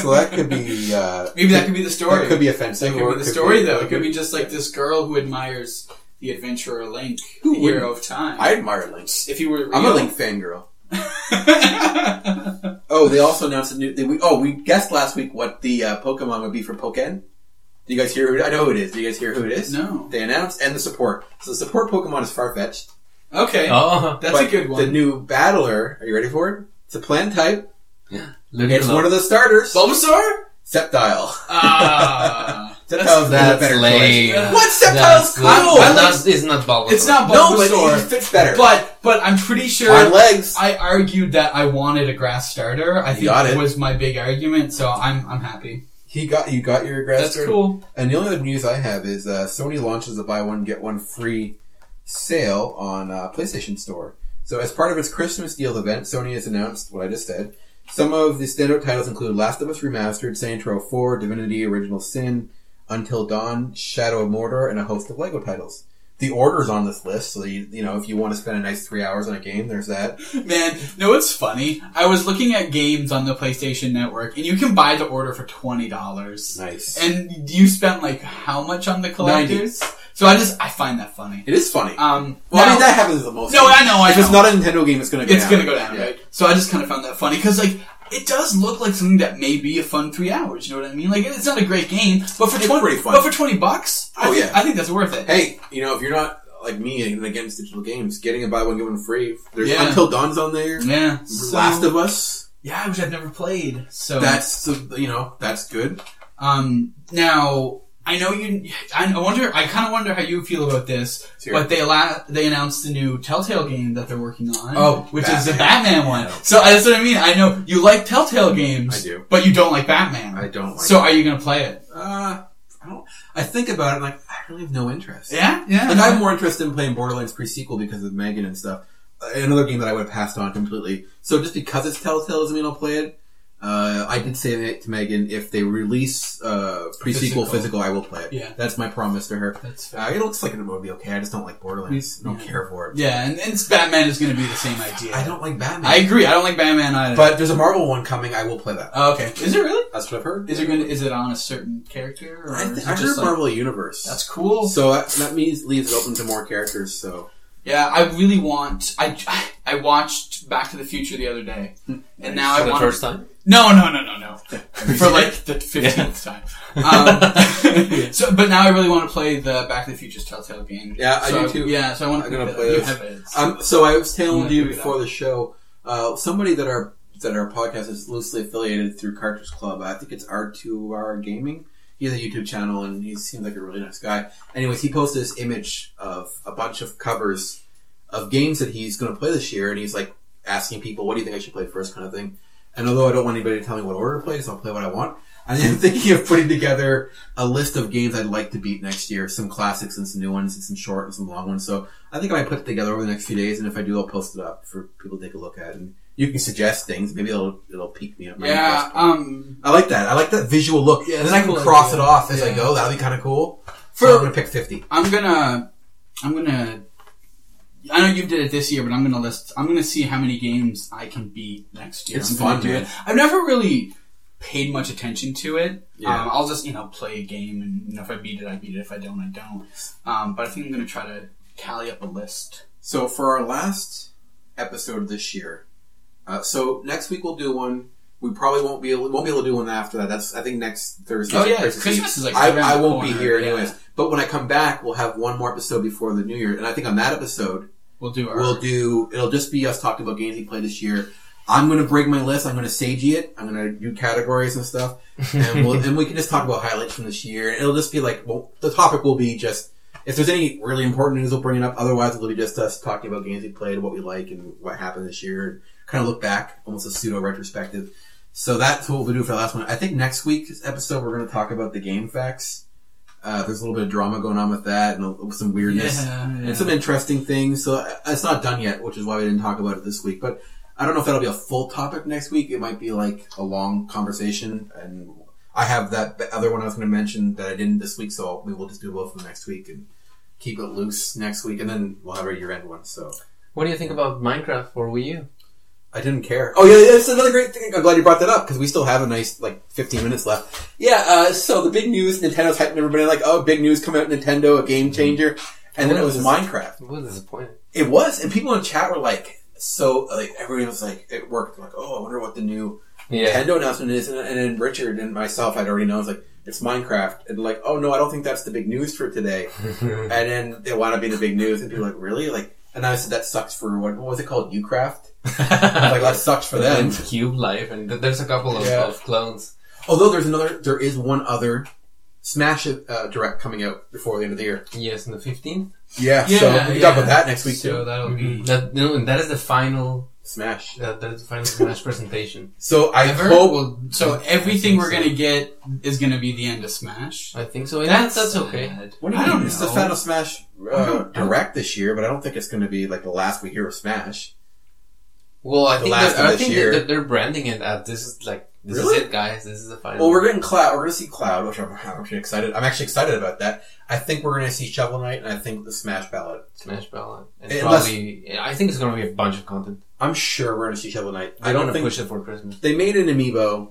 Speaker 1: So that could be uh,
Speaker 3: Maybe that could be the story.
Speaker 1: That could be offensive.
Speaker 3: That
Speaker 1: or
Speaker 3: could
Speaker 1: it
Speaker 3: be the story,
Speaker 1: be-
Speaker 3: though. It could be just like this girl who admires the adventurer Link,
Speaker 1: Who
Speaker 3: the hero
Speaker 1: wouldn't?
Speaker 3: of time.
Speaker 1: I admire Links.
Speaker 3: if he were real,
Speaker 1: I'm a Link fangirl. Oh, they also announced a new. They, we, oh, we guessed last week what the uh, Pokemon would be for Pokken. Do you guys hear? Who, I know who it is. Do you guys hear who it is?
Speaker 3: No.
Speaker 1: They announced and the support. So the support Pokemon is Farfetch'd.
Speaker 3: okay,
Speaker 2: Oh,
Speaker 3: that's a
Speaker 1: but
Speaker 3: good one.
Speaker 1: The new battler. Are you ready for it? It's a plant type.
Speaker 2: look
Speaker 1: It's
Speaker 2: at
Speaker 1: one of the starters.
Speaker 3: Bulbasaur.
Speaker 1: Sceptile.
Speaker 3: Ah,
Speaker 1: Sceptile's not a
Speaker 2: that's
Speaker 1: better
Speaker 2: lame.
Speaker 1: choice. What? Sceptile's
Speaker 2: That's
Speaker 1: cool.
Speaker 2: lame.
Speaker 3: I
Speaker 2: But
Speaker 3: like-
Speaker 2: that's- it's not Bulbasaur.
Speaker 3: it's not
Speaker 1: No, but it
Speaker 3: Bulbasaur,
Speaker 1: fits better.
Speaker 3: but but I'm pretty sure
Speaker 1: on legs.
Speaker 3: I argued that I wanted a grass starter. I think
Speaker 1: got
Speaker 3: that
Speaker 1: it.
Speaker 3: was my big argument, so I'm I'm happy.
Speaker 1: He got you got your grass.
Speaker 3: That's
Speaker 1: started.
Speaker 3: cool.
Speaker 1: And the only other news I have is uh, Sony launches a buy one get one free sale on uh, PlayStation Store. So as part of its Christmas deal event, Sony has announced what I just said. Some of the standout titles include Last of Us Remastered, Saints Row 4, Divinity: Original Sin, Until Dawn, Shadow of Mordor, and a host of Lego titles. The order's on this list, so you, you know if you want to spend a nice three hours on a game, there's that.
Speaker 3: Man, no, it's funny. I was looking at games on the PlayStation Network, and you can buy the order for twenty dollars.
Speaker 1: Nice.
Speaker 3: And you spent like how much on the collectors? So I just I find that funny.
Speaker 1: It is funny.
Speaker 3: Um,
Speaker 1: well, I
Speaker 3: now-
Speaker 1: mean that happens the most.
Speaker 3: No, I know, I
Speaker 1: If it's
Speaker 3: know.
Speaker 1: not a Nintendo game, it's going to go
Speaker 3: it's
Speaker 1: down.
Speaker 3: gonna go down,
Speaker 1: Yeah.
Speaker 3: right? So I just kind of found that funny because like it does look like something that may be a fun three hours. You know what I mean? Like it's not a great game, but for
Speaker 1: It's
Speaker 3: twenty,
Speaker 1: pretty fun.
Speaker 3: but for twenty bucks, I
Speaker 1: Oh,
Speaker 3: think-
Speaker 1: yeah.
Speaker 3: I think that's worth it.
Speaker 1: hey, you know, if you're not like me and against digital games, getting a buy one get one free. There's
Speaker 3: Yeah.
Speaker 1: Until Dawn's on there.
Speaker 3: yeah,
Speaker 1: Last of Us.
Speaker 3: yeah, which I've never played. So
Speaker 1: That's the- you know that's good.
Speaker 3: Um, now I know you. I I wonder. I kind of wonder how you feel about this.
Speaker 1: Sure.
Speaker 3: But they la- they announced the new Telltale game that they're working on.
Speaker 1: Oh,
Speaker 3: which is the
Speaker 1: Batman.
Speaker 3: Batman one. So that's what I mean. I know you like Telltale games.
Speaker 1: I do.
Speaker 3: but you don't like Batman.
Speaker 1: I don't like.
Speaker 3: so are you gonna play it?
Speaker 1: uh, I don't. I think about it. I'm like I really have no interest.
Speaker 3: Yeah, yeah.
Speaker 1: Like I'm more interested in playing Borderlands pre-sequel because of Megan and stuff. Uh, Another game that I would have passed on completely. So just because it's Telltale doesn't mean I'll play it. Uh, I did say that to Megan. If they release uh, pre-sequel
Speaker 3: Physical.
Speaker 1: physical, I will play it.
Speaker 3: Yeah.
Speaker 1: that's my promise to her.
Speaker 3: That's fair.
Speaker 1: Uh, it looks like it would be okay. I just don't like Borderlands. I don't care for it.
Speaker 3: yeah, and, and it's Batman is gonna be the same idea.
Speaker 1: I don't like Batman.
Speaker 3: I agree. I don't like Batman either.
Speaker 1: but there's a Marvel one coming. I will play that.
Speaker 3: oh, okay, is it really?
Speaker 1: That's what I've heard.
Speaker 3: Is it gonna? Is it on a certain character? Or
Speaker 1: I,
Speaker 3: is
Speaker 1: th-
Speaker 3: it
Speaker 1: I heard
Speaker 3: just like-
Speaker 1: Marvel Universe.
Speaker 3: That's cool.
Speaker 1: so that, that means leaves it open to more characters. So
Speaker 3: Yeah, I really want. I I watched Back to the Future the other day,
Speaker 1: Hmm.
Speaker 3: and now
Speaker 2: for
Speaker 3: I
Speaker 2: the
Speaker 3: want.
Speaker 2: first time.
Speaker 3: No, no, no, no, no. For like the fifteenth time. Um, so, but now I really want to play the Back to the Future's Telltale game.
Speaker 1: Yeah, I
Speaker 3: So
Speaker 1: do too.
Speaker 3: Yeah, so I want
Speaker 1: I'm
Speaker 3: to
Speaker 1: gonna
Speaker 3: pick that
Speaker 1: play
Speaker 3: up. You
Speaker 1: this.
Speaker 3: have it.
Speaker 1: um, so I was telling
Speaker 3: I'm
Speaker 1: you
Speaker 3: gonna figure it
Speaker 1: before
Speaker 3: out.
Speaker 1: the show, uh, somebody that our that our podcast is loosely affiliated through Cartridge Club. I think it's R two R Gaming. He has a YouTube channel and he seems like a really nice guy. Anyways, he posted this image of a bunch of covers of games that he's going to play this year, and he's like asking people, "What do you think I should play first? kind of thing. And although I don't want anybody to tell me what order to play, so I'll play what I want. I am thinking of putting together a list of games I'd like to beat next year, some classics and some new ones, and some short and some long ones. So I think I might put it together over the next few days, and if I do, I'll post it up for people to take a look at. And you can suggest things. Maybe it'll it'll pique me up. my
Speaker 3: yeah,
Speaker 1: interest.
Speaker 3: um,
Speaker 1: I like that. I like that visual look.
Speaker 3: Yeah,
Speaker 1: and
Speaker 3: it's
Speaker 1: then I
Speaker 3: a
Speaker 1: can
Speaker 3: cool
Speaker 1: cross
Speaker 3: idea.
Speaker 1: it off as I
Speaker 3: Yeah.
Speaker 1: go. That'll be kind of cool.
Speaker 3: For-
Speaker 1: so I'm gonna pick fifty.
Speaker 3: I'm gonna, I'm gonna. I know you did it this year, but I'm gonna list. I'm gonna see how many games I can beat next year.
Speaker 1: It's
Speaker 3: I'm gonna
Speaker 1: fun,
Speaker 3: do
Speaker 1: man.
Speaker 3: it. I've never really paid much attention to it.
Speaker 1: Yeah.
Speaker 3: Um, I'll just you know play a game, and you know, if I beat it, I beat it. If I don't, I don't. Um, but I think I'm gonna try to tally up a list.
Speaker 1: So for our last episode this year, uh, so next week we'll do one. We probably won't be able, won't be able to do one after that. That's I think next Thursday.
Speaker 3: Oh, yeah,
Speaker 1: Christmas,
Speaker 3: Christmas
Speaker 1: Eve.
Speaker 3: is, like,
Speaker 1: I,
Speaker 3: around
Speaker 1: I
Speaker 3: the
Speaker 1: won't be
Speaker 3: corner,
Speaker 1: here
Speaker 3: yeah.
Speaker 1: anyways. But when I come back, we'll have one more episode before the New Year, and I think on that episode
Speaker 3: We'll do our.
Speaker 1: we'll do it'll just be us talking about games we played this year. I'm gonna break my list. I'm gonna sagey it. I'm gonna do categories and stuff, and we'll, and we can just talk about highlights from this year. It'll just be like well, the topic will be just if there's any really important news, we'll bring it up. Otherwise, it'll be just us talking about games we played, what we like, and what happened this year, and kind of look back, almost a pseudo retrospective. So that's what we'll do for the last one. I think next week's episode we're gonna talk about the game facts. Uh, there's a little bit of drama going on with that, and a- some weirdness
Speaker 3: Yeah, yeah.
Speaker 1: and some interesting things. So uh, it's not done yet, which is why we didn't talk about it this week. But I don't know if that'll be a full topic next week. It might be like a long conversation. And I have that b- other one I was going to mention that I didn't this week, so we will just do both of them next week and keep it loose next week, and then we'll have our year end one. So
Speaker 2: What do you think about Minecraft for Wii U?
Speaker 1: I didn't care. Oh yeah, yeah, it's another great thing. I'm glad you brought that up because we still have a nice like 15 minutes left. Yeah. Uh, so the big news, Nintendo's hyping everybody like, oh, big news coming out, Nintendo, a game changer. and then it was
Speaker 2: Mm-hmm. What is
Speaker 1: Minecraft.
Speaker 2: this? It was disappointing.
Speaker 1: It was, and people in chat were like, so like everybody was like, it worked. Like, oh, I wonder what the new
Speaker 2: Yeah.
Speaker 1: Nintendo announcement is. And, and then Richard and myself had already known. I was like, it's Minecraft, and like, oh no, I don't think that's the big news for today. and then they want to be the big news, and people were like, really? Like, and I said that sucks for what, what was it called? Ucraft. I was like that sucks for them.
Speaker 2: Cube Life, and th- there's a couple of,
Speaker 1: Yeah.
Speaker 2: of clones.
Speaker 1: Although there's another, there is one other Smash uh, Direct coming out before the end of the year.
Speaker 2: Yes, on the 15th.
Speaker 1: Yeah,
Speaker 3: Yeah,
Speaker 1: so we can talk
Speaker 3: yeah.
Speaker 1: about that next week
Speaker 3: So
Speaker 1: too.
Speaker 3: that'll be.
Speaker 2: That, no, and that is the final.
Speaker 1: Smash.
Speaker 2: That, that is the final Smash presentation.
Speaker 1: So I
Speaker 3: Ever?
Speaker 1: hope.
Speaker 3: Well, so everything we're gonna get is gonna be the end of Smash.
Speaker 2: I think so. And
Speaker 3: That's
Speaker 2: that's that's okay.
Speaker 3: sad.
Speaker 1: What do you
Speaker 3: I
Speaker 1: mean?
Speaker 3: don't
Speaker 1: It's
Speaker 3: know.
Speaker 1: the final Smash uh, direct this year, but I don't think it's going to be like the last we hear of Smash.
Speaker 2: Well, I
Speaker 1: The
Speaker 2: think
Speaker 1: last
Speaker 2: that,
Speaker 1: of
Speaker 2: I
Speaker 1: this
Speaker 2: think
Speaker 1: year.
Speaker 2: that, that they're branding it as this is like this
Speaker 1: Really?
Speaker 2: is it, guys. This is the final.
Speaker 1: Well, we're getting Cloud. We're going to see Cloud, which I'm actually excited. I'm actually excited about that. I think we're going to see Shovel Knight, and I think the Smash Ballad.
Speaker 2: Smash Ballad. And
Speaker 1: Unless-
Speaker 2: probably, I think it's gonna be a bunch of content.
Speaker 1: I'm sure we're going to see Shovel Knight.
Speaker 2: They're
Speaker 1: I don't
Speaker 2: gonna
Speaker 1: think
Speaker 2: push it for Christmas.
Speaker 1: they made an amiibo.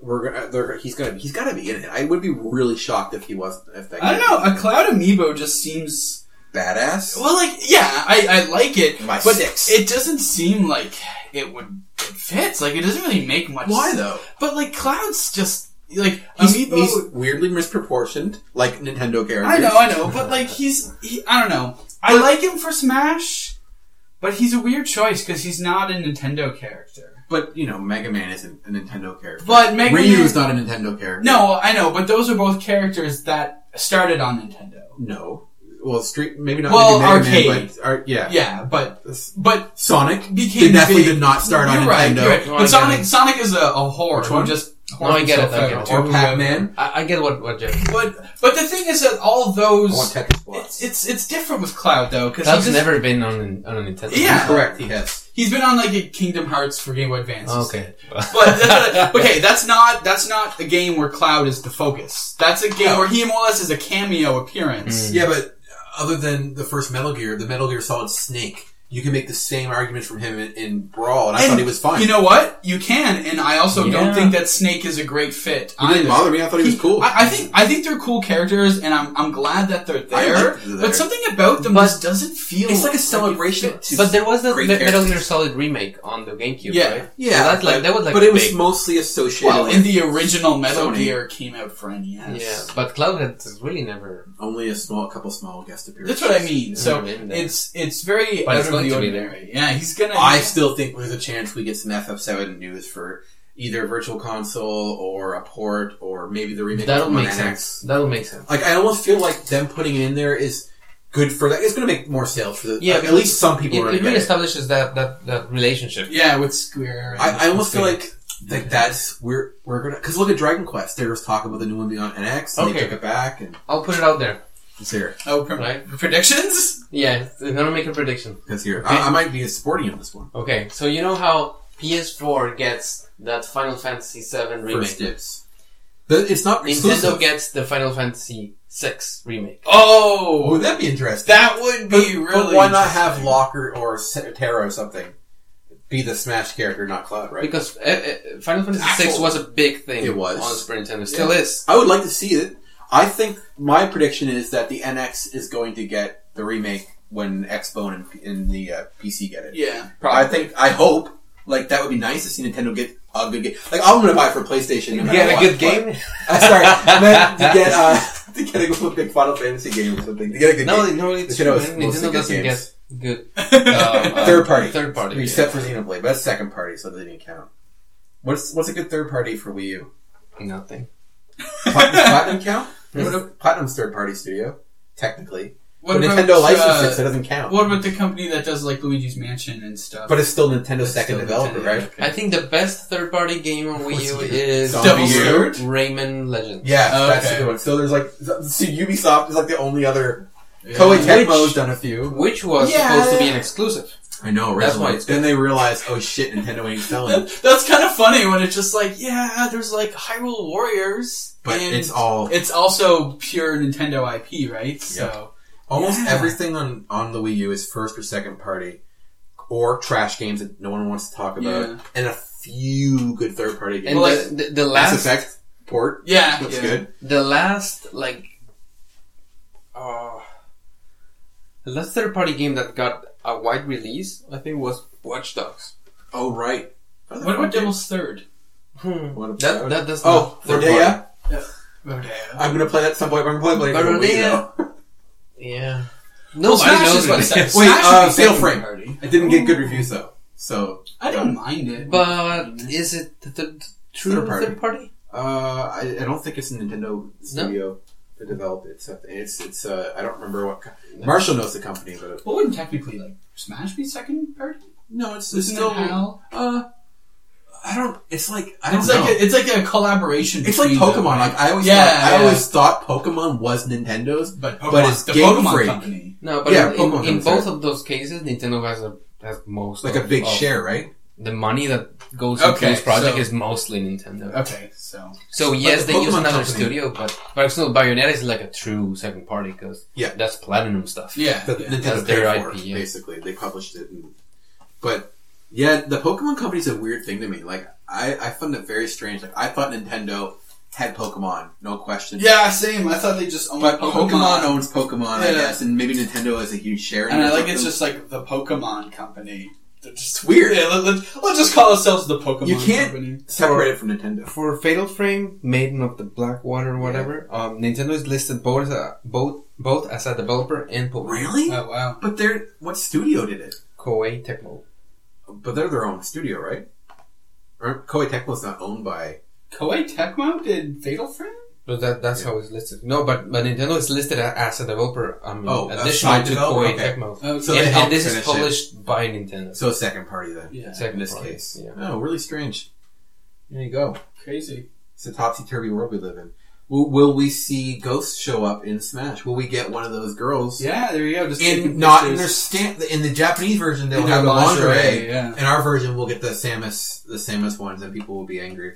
Speaker 1: We're gonna, they're, he's gonna he's gotta be in it. I would be really shocked if he wasn't. If that
Speaker 3: I don't know. A Cloud Amiibo just seems
Speaker 1: badass.
Speaker 3: Well, like, yeah, I, I like it,
Speaker 1: My
Speaker 3: but
Speaker 1: six.
Speaker 3: it doesn't seem like it would it fits. Like, it doesn't really make much.
Speaker 1: Why
Speaker 3: sense.
Speaker 1: though?
Speaker 3: But like, Cloud's just like
Speaker 1: He's,
Speaker 3: Amiibo.
Speaker 1: he's weirdly misproportioned, like Nintendo characters.
Speaker 3: I know, I know, but like, he's he, I don't know. I like him for Smash, but he's a weird choice because he's not a Nintendo character.
Speaker 1: But you know, Mega Man isn't a Nintendo character.
Speaker 3: But Mega
Speaker 1: Ryu's not
Speaker 3: Man-
Speaker 1: a Nintendo character.
Speaker 3: No, I know, but those are both characters that started on Nintendo.
Speaker 1: No. Well, street maybe not.
Speaker 3: Well,
Speaker 1: maybe Mega Man,
Speaker 3: arcade.
Speaker 1: but ar- yeah.
Speaker 3: Yeah, but but
Speaker 1: Sonic
Speaker 3: became
Speaker 1: did definitely
Speaker 3: big.
Speaker 1: did not start on
Speaker 3: You're right,
Speaker 1: Nintendo.
Speaker 3: you're right.
Speaker 2: No, I
Speaker 3: But
Speaker 2: get
Speaker 3: Sonic
Speaker 2: it.
Speaker 3: Sonic is a, a whore. Which
Speaker 1: one?
Speaker 3: Just
Speaker 2: No, I get it, I get it.
Speaker 1: Or Pac-Man.
Speaker 2: I, I get what what Jeff.
Speaker 3: But but the thing is that all
Speaker 1: I want
Speaker 3: those
Speaker 1: Tetris
Speaker 3: it's,
Speaker 1: blocks.
Speaker 3: it's it's different with Cloud though because
Speaker 2: That's
Speaker 3: he's
Speaker 2: never been on on a Nintendo.
Speaker 3: Yeah.
Speaker 1: Correct. He has.
Speaker 3: he's been on like a Kingdom Hearts for Game Boy Advance.
Speaker 2: Oh, Okay.
Speaker 3: But that's not- okay, that's not that's not a game where Cloud is the focus. That's a game where he more or less is a cameo appearance.
Speaker 1: Yeah, but other than the first Metal Gear, the Metal Gear Solid Snake, you can make the same argument from him in, in Brawl, and I
Speaker 3: And
Speaker 1: thought he was fine.
Speaker 3: You know what? You can, and I also
Speaker 2: Yeah.
Speaker 3: don't think that Snake is a great fit.
Speaker 1: He didn't
Speaker 3: either.
Speaker 1: bother me. I thought he was cool.
Speaker 3: I, I think I think they're cool characters, and I'm I'm glad that they're
Speaker 1: I
Speaker 3: there.
Speaker 1: like that they're there.
Speaker 3: But something about them
Speaker 2: But-
Speaker 3: just doesn't feel.
Speaker 1: it's like a
Speaker 3: it
Speaker 1: celebration.
Speaker 3: fits.
Speaker 1: to
Speaker 2: But there was the
Speaker 1: great
Speaker 2: Me- Metal
Speaker 1: characters.
Speaker 2: Gear Solid remake on the GameCube,
Speaker 3: Yeah.
Speaker 2: right?
Speaker 1: Yeah,
Speaker 2: So that's like
Speaker 1: but,
Speaker 2: that was like
Speaker 1: but it was
Speaker 2: big.
Speaker 1: mostly associated.
Speaker 3: Well,
Speaker 1: with
Speaker 3: in the original Metal
Speaker 1: Sony.
Speaker 3: Gear came out for NES.
Speaker 2: yeah. But Cloud has really never.
Speaker 1: only a small, couple small guest appearances.
Speaker 3: That's what I mean. So
Speaker 2: Yeah, maybe that.
Speaker 3: it's it's very
Speaker 2: But
Speaker 3: out
Speaker 2: it's
Speaker 3: of
Speaker 2: going
Speaker 3: the
Speaker 2: to be
Speaker 3: ordinary. Yeah, he's gonna.
Speaker 1: I still think there's a chance we get some FF7 news for either Virtual Console or a port or maybe the remake.
Speaker 2: That'll
Speaker 1: of One
Speaker 2: make
Speaker 1: NX.
Speaker 2: sense. That'll make sense.
Speaker 1: Like I almost feel like them putting it in there is good for that. It's going to make more sales for the.
Speaker 2: Yeah,
Speaker 1: like, at least some people
Speaker 2: It,
Speaker 1: are going
Speaker 2: it
Speaker 1: to get it.
Speaker 2: reestablishes that that that relationship.
Speaker 3: yeah with Square. and-
Speaker 1: I, I almost feel like like that's we're we're gonna because look at Dragon Quest. There was talk about the new one being on NX. And They
Speaker 2: Okay.
Speaker 1: took it back and
Speaker 2: I'll put it out there.
Speaker 1: it's here.
Speaker 3: oh pre-
Speaker 2: Right.
Speaker 3: predictions.
Speaker 2: Yeah, I'm gonna make a prediction.
Speaker 1: It's here. I, I might be supporting you on this one.
Speaker 2: Okay, so you know how PS4 gets that Final Fantasy VII remake.
Speaker 1: First dibs. But it's not
Speaker 2: Nintendo
Speaker 1: exclusive.
Speaker 2: gets the Final Fantasy VI remake.
Speaker 1: Oh, would
Speaker 3: Oh,
Speaker 1: that be interesting?
Speaker 3: that would be
Speaker 1: But,
Speaker 3: really.
Speaker 1: but why not have
Speaker 3: interesting.
Speaker 1: Locker or Se- Terra or something be the Smash character, not Cloud, right?
Speaker 2: Because uh, uh, Final Fantasy VI
Speaker 3: Actual-
Speaker 2: was a big thing.
Speaker 1: It was.
Speaker 2: on Super Nintendo. Still is.
Speaker 1: I would like to see it. I think my prediction is that the NX is going to get the remake when Xbone and, P- and the uh, PC get it.
Speaker 3: Yeah,
Speaker 1: I think. I hope. Like that would be nice to see Nintendo get a good game. Like I'm going to buy it for PlayStation. no matter
Speaker 2: Get a
Speaker 1: what,
Speaker 2: good
Speaker 1: but-
Speaker 2: game.
Speaker 1: Uh, sorry, I meant to get uh, to get a good big Final Fantasy game or something. To get a good
Speaker 2: No,
Speaker 1: game.
Speaker 2: no, it's,
Speaker 1: Nintendo is mostly
Speaker 2: Nintendo
Speaker 1: good
Speaker 2: doesn't
Speaker 1: games.
Speaker 2: get good. um, uh,
Speaker 1: third party.
Speaker 2: Third party.
Speaker 1: Except for Xenoblade, but that's second party, so it doesn't even count. What's what's a good third party for Wii U?
Speaker 2: yeah. nothing.
Speaker 1: Platinum, Platinum count? What if- Platinum's third party studio, technically.
Speaker 3: What
Speaker 1: but
Speaker 3: about,
Speaker 1: Nintendo licenses it,
Speaker 3: uh,
Speaker 1: so it doesn't count.
Speaker 3: What about the company that does like Luigi's Mansion and stuff?
Speaker 1: but it's still Nintendo's
Speaker 3: That's
Speaker 1: second
Speaker 3: still
Speaker 1: developer,
Speaker 3: Nintendo,
Speaker 1: right?
Speaker 3: okay.
Speaker 2: I think the best third party game on Wii U
Speaker 1: What's it?
Speaker 2: is
Speaker 1: Zombie
Speaker 3: Double
Speaker 1: U?
Speaker 3: Sword?
Speaker 2: Rayman Legends.
Speaker 1: Yeah, that's
Speaker 3: Okay.
Speaker 1: the good one. So there's like, see, Ubisoft is like the only other.
Speaker 3: Yeah.
Speaker 1: Koei Tecmo's done a few.
Speaker 2: Which was
Speaker 3: Yeah.
Speaker 2: supposed to be an exclusive.
Speaker 1: I know,
Speaker 2: That's why
Speaker 1: originally.
Speaker 2: it's
Speaker 1: Then they realized, oh shit, Nintendo ain't selling.
Speaker 3: That- that's kind of funny when it's just like, yeah, there's like Hyrule Warriors,
Speaker 1: But
Speaker 3: and
Speaker 1: it's all-
Speaker 3: it's also pure Nintendo IP, right? So
Speaker 1: Almost
Speaker 3: Yeah.
Speaker 1: everything on on the Wii U is first or second party, or trash games that no one wants to talk about,
Speaker 3: Yeah.
Speaker 1: and a few good third party games.
Speaker 2: And
Speaker 3: Well,
Speaker 2: the, the, the
Speaker 1: Mass
Speaker 2: last
Speaker 1: Effect port.
Speaker 3: yeah,
Speaker 1: That's
Speaker 3: yeah.
Speaker 1: good.
Speaker 2: the last like uh, The last third party game that got a wide release, I think, was Watch Dogs.
Speaker 1: Oh right.
Speaker 3: What about Devil's Third? Hmm.
Speaker 1: What
Speaker 2: That, that does
Speaker 1: oh,
Speaker 2: not third party.
Speaker 1: Rodea.
Speaker 3: Rodeo.
Speaker 1: I'm gonna play that at some point. I'm gonna play it later.
Speaker 2: But
Speaker 1: Rodea.
Speaker 2: Yeah.
Speaker 3: Well,
Speaker 2: Nobody
Speaker 3: Smash
Speaker 2: knows
Speaker 3: is what
Speaker 2: what
Speaker 3: I
Speaker 2: it
Speaker 3: said.
Speaker 2: is.
Speaker 1: Wait,
Speaker 3: Smash would
Speaker 1: uh, Fatal
Speaker 3: be second
Speaker 1: Frame.
Speaker 3: party.
Speaker 1: I didn't get good reviews though, so
Speaker 3: I didn't mind it.
Speaker 2: But is it the, the true
Speaker 1: Third party.
Speaker 2: third party?
Speaker 1: uh, I, I don't think it's a Nintendo studio that developed it. So it's it's uh, I don't remember what. Co- Marshall knows the company, but
Speaker 3: Well, wouldn't technically like Smash be second party?
Speaker 1: no, it's,
Speaker 3: Isn't it PAL?
Speaker 1: uh, I don't. It's like I don't
Speaker 3: It's
Speaker 1: know.
Speaker 3: like a, it's like a collaboration.
Speaker 1: It's like
Speaker 3: between them,
Speaker 1: Pokemon.
Speaker 3: right?
Speaker 1: Like I always,
Speaker 3: yeah,
Speaker 1: thought, I
Speaker 3: yeah.
Speaker 1: always thought Pokemon was Nintendo's,
Speaker 3: but Pokemon,
Speaker 1: but it's
Speaker 3: the
Speaker 1: Game
Speaker 3: Pokemon
Speaker 1: Freak.
Speaker 3: company.
Speaker 2: No, but
Speaker 1: Yeah,
Speaker 2: in,
Speaker 1: Pokemon
Speaker 2: in, in
Speaker 1: comes
Speaker 2: both
Speaker 1: third.
Speaker 2: of those cases, Nintendo has a has most
Speaker 1: like a
Speaker 2: of-
Speaker 1: big
Speaker 2: of
Speaker 1: share, right?
Speaker 2: The money that goes
Speaker 3: Okay,
Speaker 2: into this project
Speaker 3: so-
Speaker 2: is mostly Nintendo.
Speaker 3: Okay, so
Speaker 2: So yes,
Speaker 1: the
Speaker 2: they use
Speaker 1: Pokemon
Speaker 2: another
Speaker 1: company-
Speaker 2: studio, but for example, Bayonetta is like a true second party because
Speaker 1: Yeah.
Speaker 2: that's platinum stuff.
Speaker 3: yeah,
Speaker 1: That
Speaker 3: yeah.
Speaker 1: Nintendo
Speaker 2: That's
Speaker 1: paid
Speaker 2: their
Speaker 1: for
Speaker 2: IP,
Speaker 1: it,
Speaker 2: yeah.
Speaker 1: basically. They published it, and, but yeah, the Pokemon company's a weird thing to me. Like I, I found it very strange. Like I thought Nintendo had Pokemon, no question.
Speaker 3: yeah, same. I thought they just owned
Speaker 1: But Pokemon,
Speaker 3: Pokemon,
Speaker 1: owns Pokemon, I
Speaker 3: Yeah.
Speaker 1: guess, and maybe Nintendo has a huge share. in
Speaker 3: and
Speaker 1: it
Speaker 3: I
Speaker 1: or
Speaker 3: like it's
Speaker 1: something.
Speaker 3: just like the Pokemon company. They're just
Speaker 1: Weird.
Speaker 3: Yeah, let, let, let's just call ourselves the Pokemon
Speaker 1: you can't
Speaker 3: company.
Speaker 1: separate it from Nintendo.
Speaker 2: For Fatal Frame, Maiden of the Black Water, whatever, um, Nintendo is listed both, uh, both both as a developer and publisher.
Speaker 1: Really?
Speaker 3: Oh wow.
Speaker 1: But they're what studio did it?
Speaker 2: Koei Tecmo.
Speaker 1: But they're their own studio, right? Or Koei Tecmo's not owned by.
Speaker 3: Koei Tecmo did Fatal Frame?
Speaker 2: But that, that's how it's listed. No, but, but Nintendo is listed a- as a developer. I mean,
Speaker 1: Oh, a
Speaker 2: additional
Speaker 1: side
Speaker 2: to
Speaker 1: developer,
Speaker 2: Koei
Speaker 1: okay.
Speaker 2: Tecmo.
Speaker 3: Oh,
Speaker 1: So
Speaker 3: so
Speaker 1: they
Speaker 2: and,
Speaker 1: helped
Speaker 2: and this is
Speaker 1: finish it.
Speaker 2: published by Nintendo.
Speaker 1: So a second party then.
Speaker 3: yeah.
Speaker 1: In
Speaker 2: Second
Speaker 1: this
Speaker 2: party,
Speaker 1: case,
Speaker 2: yeah.
Speaker 1: oh, really strange. There you go.
Speaker 3: Crazy.
Speaker 1: It's a topsy turvy world we live in. Will, will we see ghosts show up in Smash? Will we get one of those girls?
Speaker 3: Yeah, there you go. Just
Speaker 1: In
Speaker 3: taking
Speaker 1: not in their
Speaker 3: pictures.
Speaker 1: stand, in the Japanese version they'll
Speaker 3: In
Speaker 1: have
Speaker 3: their
Speaker 1: the lingerie.
Speaker 3: lingerie, yeah.
Speaker 1: In our version we'll get the Samus the Samus ones and people will be angry.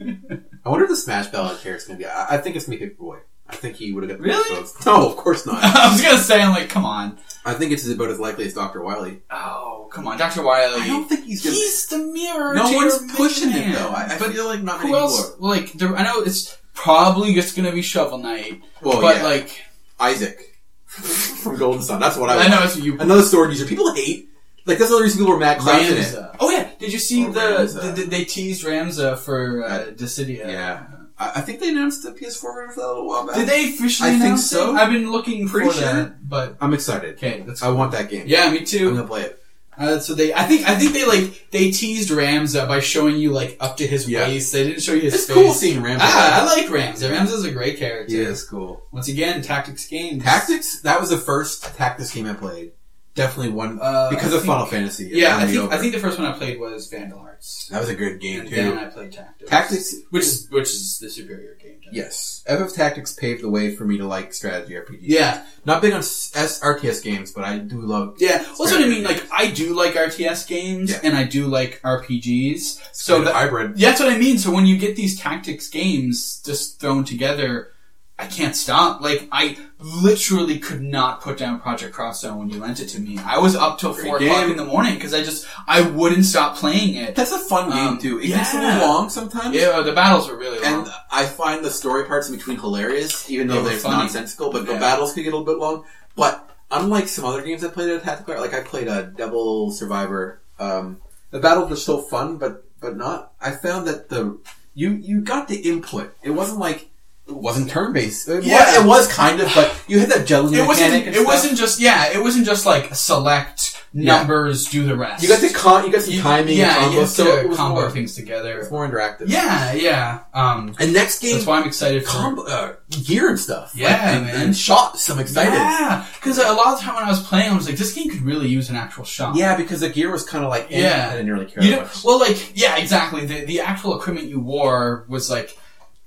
Speaker 1: I wonder if the Smash ballad character's gonna be. I, I think it's gonna be Paperboy. I think he would have got the
Speaker 3: Really?
Speaker 1: votes. No, of course not.
Speaker 3: I was gonna say, I'm like, come on.
Speaker 1: I think it's about as likely as Doctor Wily.
Speaker 3: Oh, come on, Doctor Wiley.
Speaker 1: I don't think he's gonna.
Speaker 3: He's the mirror.
Speaker 1: no
Speaker 3: to
Speaker 1: one's
Speaker 3: your
Speaker 1: pushing
Speaker 3: man.
Speaker 1: him though. I, I
Speaker 3: but
Speaker 1: feel like not
Speaker 3: who
Speaker 1: many
Speaker 3: else?
Speaker 1: people
Speaker 3: Like, there, I know it's probably just gonna be Shovel Knight,
Speaker 1: are. Well,
Speaker 3: but
Speaker 1: yeah.
Speaker 3: like,
Speaker 1: Isaac from Golden Sun. That's what I.
Speaker 3: I
Speaker 1: want.
Speaker 3: know it's you.
Speaker 1: Another sword user. People hate. Like that's another reason people were mad. Cloud's in it.
Speaker 3: Ramza. Oh yeah, did you see
Speaker 1: Or
Speaker 3: the,
Speaker 1: Ramza.
Speaker 3: the, they teased Ramza for uh, Dissidia?
Speaker 1: Yeah. I, I think they announced the PS4 version a little while back.
Speaker 3: Did they officially?
Speaker 1: I think
Speaker 3: announce it?
Speaker 1: so.
Speaker 3: I've been looking
Speaker 1: Pretty
Speaker 3: for
Speaker 1: sure.
Speaker 3: that, but
Speaker 1: I'm excited.
Speaker 3: okay, that's
Speaker 1: I want that game.
Speaker 3: yeah, me
Speaker 1: I'm
Speaker 3: too.
Speaker 1: gonna play it.
Speaker 3: Uh, so they, I think, I think they like they teased Ramza by showing you like up to his
Speaker 1: Yeah.
Speaker 3: waist. They didn't show you his
Speaker 1: It's
Speaker 3: face.
Speaker 1: cool seeing Rambo.
Speaker 3: Ah, I like Ramza. Ramza's a great character.
Speaker 1: Yeah, it's cool.
Speaker 3: Once again, tactics games.
Speaker 1: Tactics. That was the first Tactics game I played. Definitely one
Speaker 3: Uh,
Speaker 1: because
Speaker 3: I
Speaker 1: of
Speaker 3: think-
Speaker 1: Final Fantasy. it
Speaker 3: Yeah,
Speaker 1: won
Speaker 3: I
Speaker 1: me
Speaker 3: think
Speaker 1: over.
Speaker 3: I think the first one I played was Vandal Hearts,
Speaker 1: that was a good game
Speaker 3: and then
Speaker 1: too.
Speaker 3: I played Tactics.
Speaker 1: Tactics.
Speaker 3: which is which is the superior game. to-
Speaker 1: Yes, FF Tactics paved the way for me to like strategy RPGs.
Speaker 3: Yeah,
Speaker 1: not big on S- S- RTS games, but I do love
Speaker 3: yeah. That's what I mean.
Speaker 1: Superior
Speaker 3: Like, I do like RTS games,
Speaker 1: Yeah.
Speaker 3: and I do like RPGs.
Speaker 1: so
Speaker 3: So
Speaker 1: the
Speaker 3: that,
Speaker 1: hybrid.
Speaker 3: that's what I mean. So when you get these tactics games just thrown together, I can't stop. Like, I literally could not put down Project Crosszone when you lent it to me. I was up till
Speaker 1: Great
Speaker 3: four o'clock
Speaker 1: game.
Speaker 3: in the morning because I just I wouldn't stop playing it.
Speaker 1: That's a fun game
Speaker 3: Um,
Speaker 1: too. It gets a
Speaker 3: yeah.
Speaker 1: little long sometimes.
Speaker 3: Yeah, the battles were really long.
Speaker 1: And I find the story parts in between hilarious, even
Speaker 3: They
Speaker 1: though
Speaker 3: were
Speaker 1: they're
Speaker 3: funny.
Speaker 1: nonsensical. But the
Speaker 3: Yeah.
Speaker 1: battles could get a little bit long. But unlike some other games I played at Tactical, like I played a Devil Survivor. Um, the battles were still fun, but but not. I found that the you you got the input. It wasn't like it wasn't turn based. It,
Speaker 3: Yeah.
Speaker 1: was, it was kind of, but you had that juggling
Speaker 3: it wasn't.
Speaker 1: mechanic. and
Speaker 3: It
Speaker 1: stuff.
Speaker 3: wasn't just. Yeah, it wasn't just like select
Speaker 1: Yeah.
Speaker 3: numbers, do the rest.
Speaker 1: You got the con, you got some
Speaker 3: You-
Speaker 1: timing,
Speaker 3: yeah,
Speaker 1: and combo,
Speaker 3: you have
Speaker 1: so
Speaker 3: to
Speaker 1: it was
Speaker 3: combo
Speaker 1: more,
Speaker 3: things together.
Speaker 1: It's more interactive.
Speaker 3: Yeah, yeah. Um,
Speaker 1: And next game,
Speaker 3: that's why I'm excited.
Speaker 1: combo,
Speaker 3: for
Speaker 1: uh, gear and stuff.
Speaker 3: Yeah,
Speaker 1: and,
Speaker 3: man.
Speaker 1: and shots. I'm excited.
Speaker 3: Yeah, because a lot of the time when I was playing, I was like, this game could really use an actual shot.
Speaker 1: Yeah, because the gear was kind of like eh,
Speaker 3: Yeah.
Speaker 1: I didn't really care
Speaker 3: You
Speaker 1: that
Speaker 3: know,
Speaker 1: much.
Speaker 3: well, like, yeah, exactly. The the actual equipment you wore was like.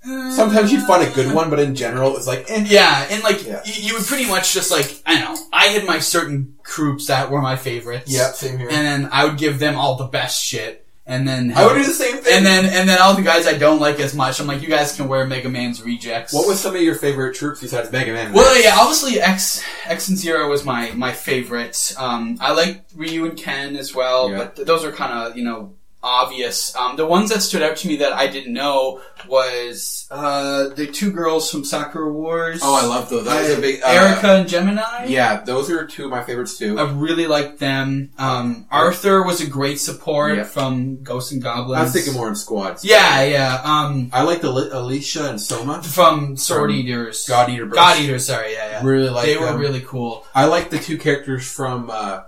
Speaker 3: uh,
Speaker 1: Sometimes you'd find a good one, but in general, it was like eh.
Speaker 3: Yeah, and like
Speaker 1: Yeah.
Speaker 3: y- you would pretty much just like I don't know. I had my certain groups that were my favorites.
Speaker 1: Yeah, same here.
Speaker 3: And then I would give them all the best shit, and then
Speaker 1: I would do the same thing.
Speaker 3: and then and then all the guys I don't like as much. I'm like, you guys can wear Mega Man's rejects.
Speaker 1: what was some of your favorite troops besides Mega Man?
Speaker 3: Well, yeah, obviously X X and Zero was my my favorite. Um, I liked Ryu and Ken as well,
Speaker 1: Yeah.
Speaker 3: but th- those are kind of you know obvious. Um, the ones that stood out to me that I didn't know was uh, the two girls from Soccer Wars.
Speaker 1: Oh, I love those. That was a big uh,
Speaker 3: Erica and Gemini.
Speaker 1: Yeah, those are two of my favorites too.
Speaker 3: I really liked them. Um, Arthur was a great support
Speaker 1: Yeah.
Speaker 3: from Ghosts and Goblins.
Speaker 1: I was thinking more in squads.
Speaker 3: Yeah, yeah. Um,
Speaker 1: I like the Ali- Alicia and Soma.
Speaker 3: from Sword Eaters,
Speaker 1: God Eater. Bros.
Speaker 3: God Eaters. Sorry, yeah, yeah.
Speaker 1: Really like
Speaker 3: they were
Speaker 1: them.
Speaker 3: really cool.
Speaker 1: I like the two characters from uh,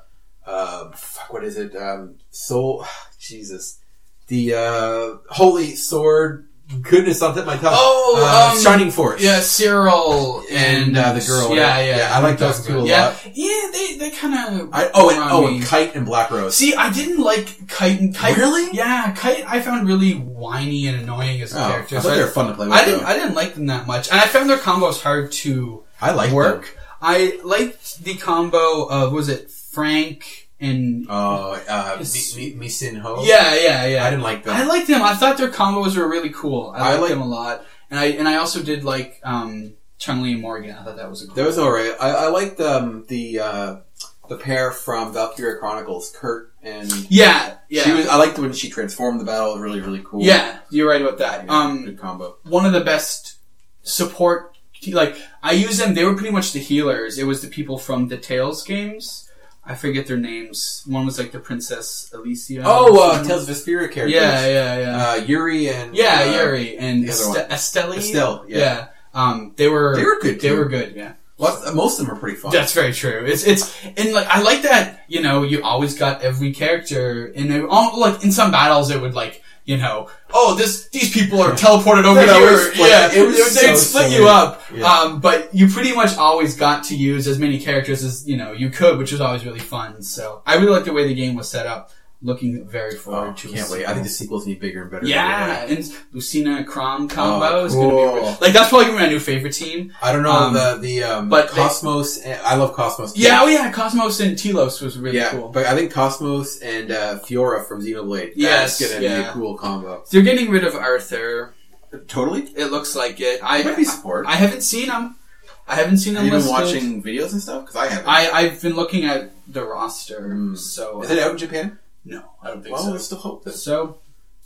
Speaker 1: uh, fuck, what is it? Um, Soul, Jesus, the uh, Holy Sword. Goodness, something my tongue.
Speaker 3: Oh,
Speaker 1: Uh,
Speaker 3: um,
Speaker 1: Shining Force.
Speaker 3: Yeah, Cyril
Speaker 1: And,
Speaker 3: and,
Speaker 1: uh, the girl, yeah.
Speaker 3: Yeah, yeah.
Speaker 1: Yeah, I like those two a
Speaker 3: yeah.
Speaker 1: lot.
Speaker 3: Yeah, they they kind of.
Speaker 1: I, oh, and oh, and Kite and Black Rose.
Speaker 3: See, I didn't like Kite and Kite.
Speaker 1: Really?
Speaker 3: Yeah, Kite. I found really whiny and annoying as a
Speaker 1: oh, I
Speaker 3: character.
Speaker 1: thought
Speaker 3: so I-
Speaker 1: they were fun to play with.
Speaker 3: I didn't.
Speaker 1: though.
Speaker 3: I didn't like them that much, and I found their combos hard to
Speaker 1: I like
Speaker 3: work.
Speaker 1: them.
Speaker 3: I liked the combo of was it Frank and
Speaker 1: Oh, uh,
Speaker 3: Yes.
Speaker 1: Mi, Mi, Mi Sin Ho.
Speaker 3: yeah, yeah, yeah.
Speaker 1: Oh. I didn't like them.
Speaker 3: I liked them. I thought their combos were really cool. I
Speaker 1: I
Speaker 3: liked
Speaker 1: like-
Speaker 3: them a lot, and I and I also did like um, Chung Lee and Morgan. I thought that was a cool.
Speaker 1: That was alright. I, I liked um, the uh, the pair from Valkyria Chronicles, Kurt and
Speaker 3: yeah, yeah,
Speaker 1: She was, I liked when she transformed the battle. It was really really cool.
Speaker 3: yeah. You're right about that.
Speaker 1: Yeah,
Speaker 3: Um,
Speaker 1: good combo.
Speaker 3: one of the best support. Like I used them. They were pretty much the healers. It was the people from the Tales games. I forget their names. One was like the Princess Alicia.
Speaker 1: Oh, uh, Tales of Vesperia characters.
Speaker 3: Yeah, yeah, yeah.
Speaker 1: Uh, Yuri and
Speaker 3: yeah,
Speaker 1: uh,
Speaker 3: Yuri and
Speaker 1: the other
Speaker 3: Este-
Speaker 1: one.
Speaker 3: Estelle.
Speaker 1: Estelle, yeah.
Speaker 3: Um, they were
Speaker 1: They were good,
Speaker 3: They
Speaker 1: too.
Speaker 3: were good. Yeah.
Speaker 1: lots- uh, most of them are pretty fun.
Speaker 3: That's very true. It's it's and like I like that you know you always got every character and it, all, like in some battles it would like you know oh this these people are teleported over
Speaker 1: They'd always
Speaker 3: here
Speaker 1: split.
Speaker 3: yeah
Speaker 1: It was
Speaker 3: they would-
Speaker 1: so
Speaker 3: they'd split
Speaker 1: silly.
Speaker 3: you up
Speaker 1: Yeah.
Speaker 3: um, but you pretty much always got to use as many characters as you know you could which was always really fun so I really like the way the game was set up looking very forward
Speaker 1: Oh,
Speaker 3: to
Speaker 1: can't
Speaker 3: it.
Speaker 1: wait. I think the sequels need bigger and better.
Speaker 3: yeah,
Speaker 1: than that.
Speaker 3: and Lucina Crom combo
Speaker 1: Oh,
Speaker 3: is gonna be
Speaker 1: cool.
Speaker 3: like that's probably gonna be my new favorite team.
Speaker 1: I don't know
Speaker 3: Um,
Speaker 1: the the um,
Speaker 3: but they-
Speaker 1: Cosmos. and, I love Cosmos. too.
Speaker 3: Yeah, oh yeah, Cosmos and Telos was really
Speaker 1: yeah.
Speaker 3: cool.
Speaker 1: But I think Cosmos and uh, Fiora from Xenoblade.
Speaker 3: Yes,
Speaker 1: that's gonna be
Speaker 3: yeah.
Speaker 1: a cool combo.
Speaker 3: They're getting rid of Arthur.
Speaker 1: Totally.
Speaker 3: It looks like it. I
Speaker 1: It might be support.
Speaker 3: I haven't seen him. I haven't seen
Speaker 1: Have
Speaker 3: him.
Speaker 1: you been
Speaker 3: listed.
Speaker 1: watching videos and stuff? Because I haven't.
Speaker 3: I I've been looking at the roster. So
Speaker 1: Hmm. Is it out in Japan?
Speaker 3: no, I don't think
Speaker 1: Well,
Speaker 3: so.
Speaker 1: let's still hope that.
Speaker 3: so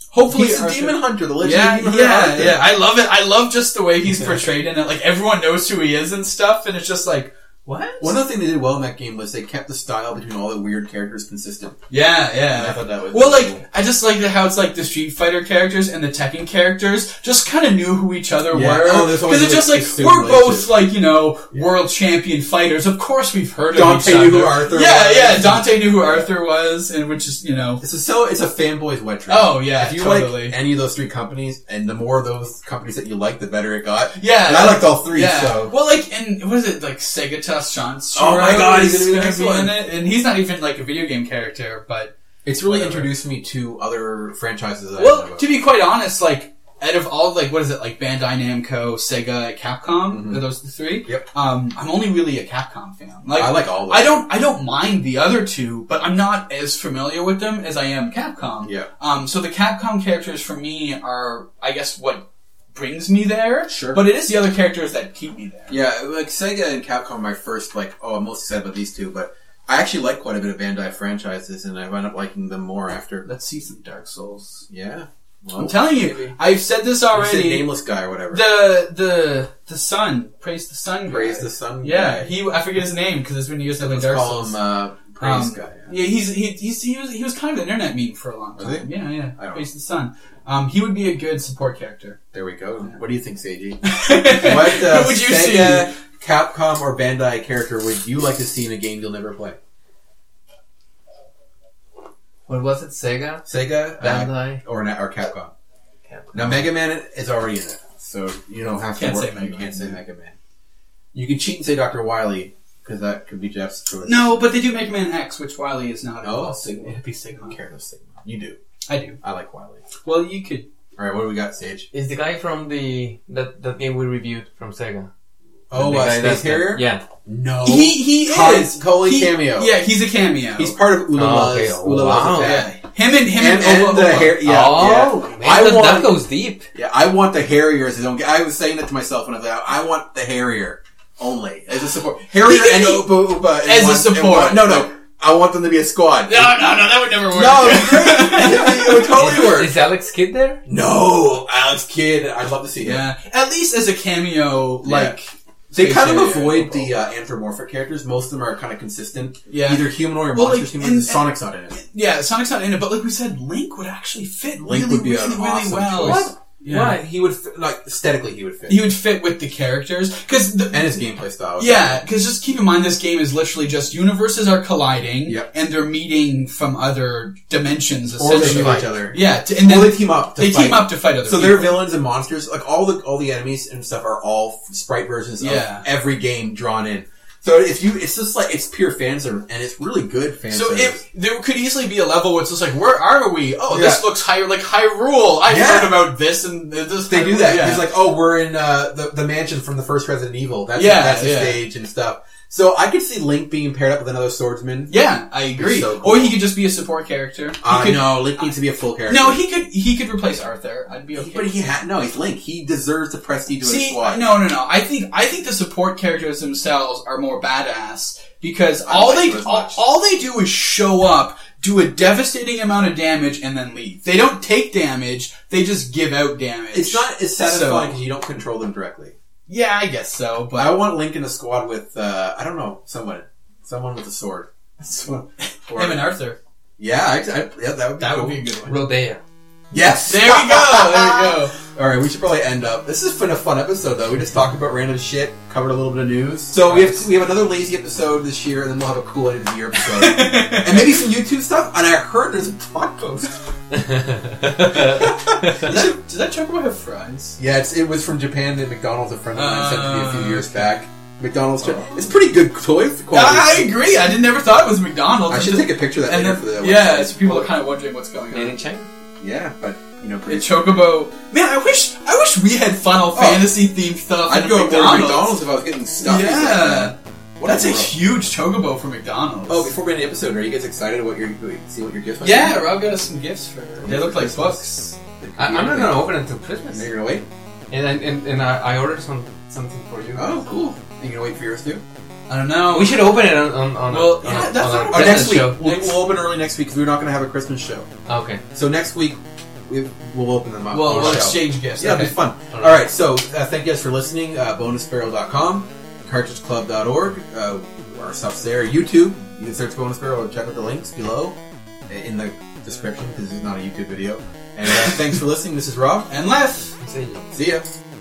Speaker 3: hopefully
Speaker 1: He's a
Speaker 3: Arthur-
Speaker 1: demon hunter. The legend
Speaker 3: Yeah,
Speaker 1: of demon
Speaker 3: yeah,
Speaker 1: hunter.
Speaker 3: yeah. I love it. I love just the way he's portrayed in it. Like everyone knows who he is and stuff, and it's just like what?
Speaker 1: One other thing they did well in that game was they kept the style between all the weird characters consistent.
Speaker 3: Yeah, yeah.
Speaker 1: I thought that was
Speaker 3: well, like
Speaker 1: cool.
Speaker 3: I just like the- how it's like the Street Fighter characters and the Tekken characters just kind of knew who each other
Speaker 1: Yeah.
Speaker 3: were
Speaker 1: Oh, there's
Speaker 3: because
Speaker 1: always,
Speaker 3: it's
Speaker 1: like,
Speaker 3: just like
Speaker 1: assumed
Speaker 3: we're both
Speaker 1: relationship.
Speaker 3: like you know world champion fighters. Of course, we've heard
Speaker 1: Dante
Speaker 3: of each
Speaker 1: knew
Speaker 3: other.
Speaker 1: who Arthur
Speaker 3: Yeah,
Speaker 1: was.
Speaker 3: yeah. Dante knew who Arthur was, and which is you know.
Speaker 1: It's a so it's a fanboy's wet dream.
Speaker 3: Oh, yeah,
Speaker 1: If you
Speaker 3: totally.
Speaker 1: like any of those three companies, and the more of those companies that you like, the better it got.
Speaker 3: Yeah,
Speaker 1: and I liked all three.
Speaker 3: Yeah.
Speaker 1: So
Speaker 3: Well, like, and what is it like Segata Sean?
Speaker 1: Oh my God, he's
Speaker 3: is
Speaker 1: gonna be the next
Speaker 3: in
Speaker 1: one.
Speaker 3: it, and he's not even like a video game character, but
Speaker 1: it's really
Speaker 3: Whatever.
Speaker 1: introduced me to other franchises. That I know
Speaker 3: Well,
Speaker 1: about.
Speaker 3: to be quite honest, like out of all like what is it like Bandai Namco, Sega, Capcom, are those the three?
Speaker 1: Mm-hmm. Yep.
Speaker 3: Um, I'm only really a Capcom fan. Like
Speaker 1: I like all of them.
Speaker 3: I don't I don't mind the other two, but I'm not as familiar with them as I am Capcom.
Speaker 1: Yeah.
Speaker 3: Um, so the Capcom characters for me are I guess what brings me there.
Speaker 1: Sure.
Speaker 3: But it is the other characters that keep me there.
Speaker 1: yeah, like Sega and Capcom, are my first like. Oh, I'm most excited about these two, but I actually like quite a bit of Bandai franchises, and I wound up liking them more after.
Speaker 3: Let's see some Dark Souls.
Speaker 1: Yeah, well,
Speaker 3: I'm telling you, I've said this
Speaker 1: you said
Speaker 3: already.
Speaker 1: nameless guy or whatever.
Speaker 3: the the the sun, praise the sun, guy.
Speaker 1: Praise the sun guy.
Speaker 3: Yeah, he I forget his name because it's been years since I've been
Speaker 1: Let's
Speaker 3: Dark
Speaker 1: call
Speaker 3: Souls.
Speaker 1: him uh, Praise
Speaker 3: Um,
Speaker 1: Guy. yeah.
Speaker 3: yeah, he's he, he's he was he was kind of an internet meme for a long
Speaker 1: Was he?
Speaker 3: time. Yeah, yeah.
Speaker 1: I don't
Speaker 3: Praise the sun. Um, he would be a good support character.
Speaker 1: There we go. What do you think, Seiji?
Speaker 3: what
Speaker 1: what uh,
Speaker 3: would you
Speaker 1: Sega,
Speaker 3: see?
Speaker 1: Capcom, or Bandai character would you like to see in a game you'll never play?
Speaker 2: What was it? Sega,
Speaker 1: Sega, uh,
Speaker 2: Bandai.
Speaker 1: or na- or Capcom?
Speaker 2: Capcom.
Speaker 1: Now Mega Man is already in it, so you don't have
Speaker 3: Can't
Speaker 1: to.
Speaker 3: say
Speaker 1: work-
Speaker 3: Mega
Speaker 1: you
Speaker 3: Man.
Speaker 1: can't say Mega Man. You can cheat and say Doctor Wily because that could be Jeff's choice.
Speaker 3: No, but they do Mega Man X, which Wily is not.
Speaker 1: Oh,
Speaker 3: involved.
Speaker 1: Sigma.
Speaker 3: It'd be
Speaker 1: I don't
Speaker 3: Sigma.
Speaker 1: care about Sigma. You do.
Speaker 3: I do.
Speaker 1: I like Wily.
Speaker 3: Well, you could.
Speaker 1: All right, what do we got, Sage?
Speaker 2: Is the guy from the that that game we reviewed from Sega?
Speaker 1: Oh,
Speaker 2: The
Speaker 1: uh,
Speaker 2: guy
Speaker 1: Space
Speaker 2: that's-
Speaker 1: Harrier.
Speaker 2: Yeah.
Speaker 1: No,
Speaker 3: He he
Speaker 1: Colin-
Speaker 3: is
Speaker 1: Colin
Speaker 3: He-
Speaker 1: Oh,
Speaker 3: Oh,
Speaker 1: cameo.
Speaker 3: Yeah, he's a cameo.
Speaker 1: he's part of Ulala's.
Speaker 2: Okay,
Speaker 1: Ulala's
Speaker 2: wow.
Speaker 1: attack.
Speaker 3: yeah. Him and him
Speaker 1: And,
Speaker 3: and, Ola
Speaker 1: and the
Speaker 3: Ola.
Speaker 1: hair, yeah,
Speaker 2: oh,
Speaker 1: yeah.
Speaker 2: man,
Speaker 1: I
Speaker 2: that,
Speaker 1: want
Speaker 2: that goes deep.
Speaker 1: Yeah, I want the Harriers as only. I was saying that to myself when I was like, I want the Harrier only as a support. Harrier and Opa Opa
Speaker 3: As a
Speaker 1: one-
Speaker 3: support.
Speaker 1: one- No, no. I want them to be a squad.
Speaker 3: No, no, no, that would never work.
Speaker 1: No, it's great. it would totally work.
Speaker 2: Is, is Alex Kidd there?
Speaker 1: No, Alex Kidd. I'd love to see him.
Speaker 3: yeah, at least as a cameo, like
Speaker 1: They kind of
Speaker 3: Space Area.
Speaker 1: avoid the uh, anthropomorphic characters. Most of them are kind of consistent.
Speaker 3: Yeah.
Speaker 1: Either humanoid or
Speaker 3: Well,
Speaker 1: monster
Speaker 3: like,
Speaker 1: humanoid.
Speaker 3: and-
Speaker 1: Sonic's not in it.
Speaker 3: Yeah, Sonic's not in it, but like we said, Link would actually fit
Speaker 1: Link
Speaker 3: really,
Speaker 1: would be
Speaker 3: really,
Speaker 1: an
Speaker 3: really
Speaker 1: awesome
Speaker 3: well.
Speaker 1: choice. What?
Speaker 3: Yeah.
Speaker 1: Right, He would, fit, like, aesthetically, he would fit.
Speaker 3: He would fit with the characters because the,
Speaker 1: and his gameplay style. would
Speaker 3: Yeah,
Speaker 1: fit.
Speaker 3: because just keep in mind this game is literally just universes are colliding,
Speaker 1: Yep.
Speaker 3: and they're meeting from other dimensions.
Speaker 1: Or they
Speaker 3: Essentially,
Speaker 1: fight each other.
Speaker 3: yeah, to, and then
Speaker 1: or they team up. To
Speaker 3: they
Speaker 1: fight.
Speaker 3: team up to fight other.
Speaker 1: So
Speaker 3: people.
Speaker 1: their villains and monsters, like all the all the enemies and stuff, are all f- sprite versions
Speaker 3: Yeah.
Speaker 1: of every game drawn in. So if you, it's just like it's pure fan service, and it's really good fan
Speaker 3: So
Speaker 1: service.
Speaker 3: it, there could easily be a level where it's just like, where are we? Oh, this
Speaker 1: Yeah.
Speaker 3: looks higher, like Hyrule. I
Speaker 1: Yeah.
Speaker 3: heard about this and this.
Speaker 1: they do
Speaker 3: Hyrule,
Speaker 1: that.
Speaker 3: yeah.
Speaker 1: He's like, oh, we're in uh, the the mansion from the first Resident Evil. That's
Speaker 3: Yeah,
Speaker 1: that's the
Speaker 3: yeah.
Speaker 1: stage and stuff. So I could see Link being paired up with another swordsman.
Speaker 3: yeah, I agree.
Speaker 1: so
Speaker 3: Or
Speaker 1: cool.
Speaker 3: he could just be a support character. He
Speaker 1: Uh,
Speaker 3: could-
Speaker 1: no, Link needs to be a full character.
Speaker 3: no, he could he could replace Arthur. I'd be okay.
Speaker 1: but he had no. He's Link. He deserves the prestige of his
Speaker 3: See,
Speaker 1: squad.
Speaker 3: no, no, no. I think I think the support characters themselves are more badass because all
Speaker 1: like
Speaker 3: they
Speaker 1: them as
Speaker 3: all,
Speaker 1: much.
Speaker 3: all they do is show up, do a devastating amount of damage, and then leave. They don't take damage; they just give out damage.
Speaker 1: It's not as satisfying because
Speaker 3: So,
Speaker 1: you don't control them directly.
Speaker 3: yeah, I guess so.
Speaker 1: But I
Speaker 3: But
Speaker 1: want Link in a squad with uh, I don't know someone, someone with a sword.
Speaker 3: him and Arthur.
Speaker 1: Yeah, I, I, yeah, that would be
Speaker 3: That
Speaker 1: cool.
Speaker 3: would be a good one.
Speaker 2: Rodea.
Speaker 1: Yes,
Speaker 3: There we go. There we go.
Speaker 1: All right, we should probably end up. This has been a fun episode, though. We just talked about random shit, covered a little bit of news. So we have we have another lazy episode this year, and then we'll have a cool end of the year episode, and maybe some YouTube stuff. And I heard there's a blog post.
Speaker 3: Does that, does that chocobo have fries?
Speaker 1: Yeah, it's, it was from Japan. The McDonald's a friend of mine sent it to me a few
Speaker 3: Uh, oh.
Speaker 1: years back. McDonald's, chip. it's pretty good toy quality.
Speaker 3: I, I agree. I did never thought it was McDonald's.
Speaker 1: I should take a picture of that
Speaker 3: and
Speaker 1: later
Speaker 3: then,
Speaker 1: for the
Speaker 3: yeah,
Speaker 1: website.
Speaker 3: so people are kind of wondering what's going on.
Speaker 2: Made in China?
Speaker 1: yeah, but you know, pretty.
Speaker 3: It's Chocobo. Man, I wish I wish we had Final Fantasy themed stuff.
Speaker 1: I'd
Speaker 3: at
Speaker 1: go to
Speaker 3: McDonald's.
Speaker 1: McDonald's if I was getting stuff.
Speaker 3: Yeah.
Speaker 1: what
Speaker 3: That's a
Speaker 1: world.
Speaker 3: huge Chocobo for McDonald's.
Speaker 1: Oh, before we end the episode, are you guys excited about your what- see what your gifts? might
Speaker 3: yeah,
Speaker 1: be?
Speaker 3: Rob got us some gifts for. They look like books.
Speaker 1: They could be
Speaker 2: I, I'm not
Speaker 1: anything.
Speaker 2: gonna open until
Speaker 1: You're
Speaker 2: Christmas.
Speaker 1: gonna wait.
Speaker 2: And and, and, and I, I ordered some, something for you.
Speaker 1: Oh, cool. Are you gonna wait for yours too?
Speaker 3: I don't know.
Speaker 2: We should open it on on, on
Speaker 3: Well,
Speaker 2: on,
Speaker 3: yeah, that's what
Speaker 2: on
Speaker 1: Oh,
Speaker 3: Or
Speaker 2: our
Speaker 1: next
Speaker 2: Christmas
Speaker 1: week.
Speaker 2: show.
Speaker 1: We'll, we'll open early next week because we're not gonna have a Christmas show.
Speaker 2: Okay.
Speaker 1: So next week we, we'll open them up.
Speaker 3: Well,
Speaker 1: on
Speaker 3: we'll
Speaker 1: our show.
Speaker 3: exchange gifts.
Speaker 1: Yeah,
Speaker 3: okay.
Speaker 1: it'll be fun.
Speaker 2: All
Speaker 1: All
Speaker 2: right.
Speaker 1: right. so uh, thank you guys for listening. Uh, BonusBarrel.com, CartridgeClub.org, uh, our stuff's there. YouTube, you can search Bonus Barrel or check out the links below in the uh, description because it's not a YouTube video. And uh, thanks for listening. This is Rob.
Speaker 3: And left.
Speaker 2: It's in-
Speaker 1: See ya.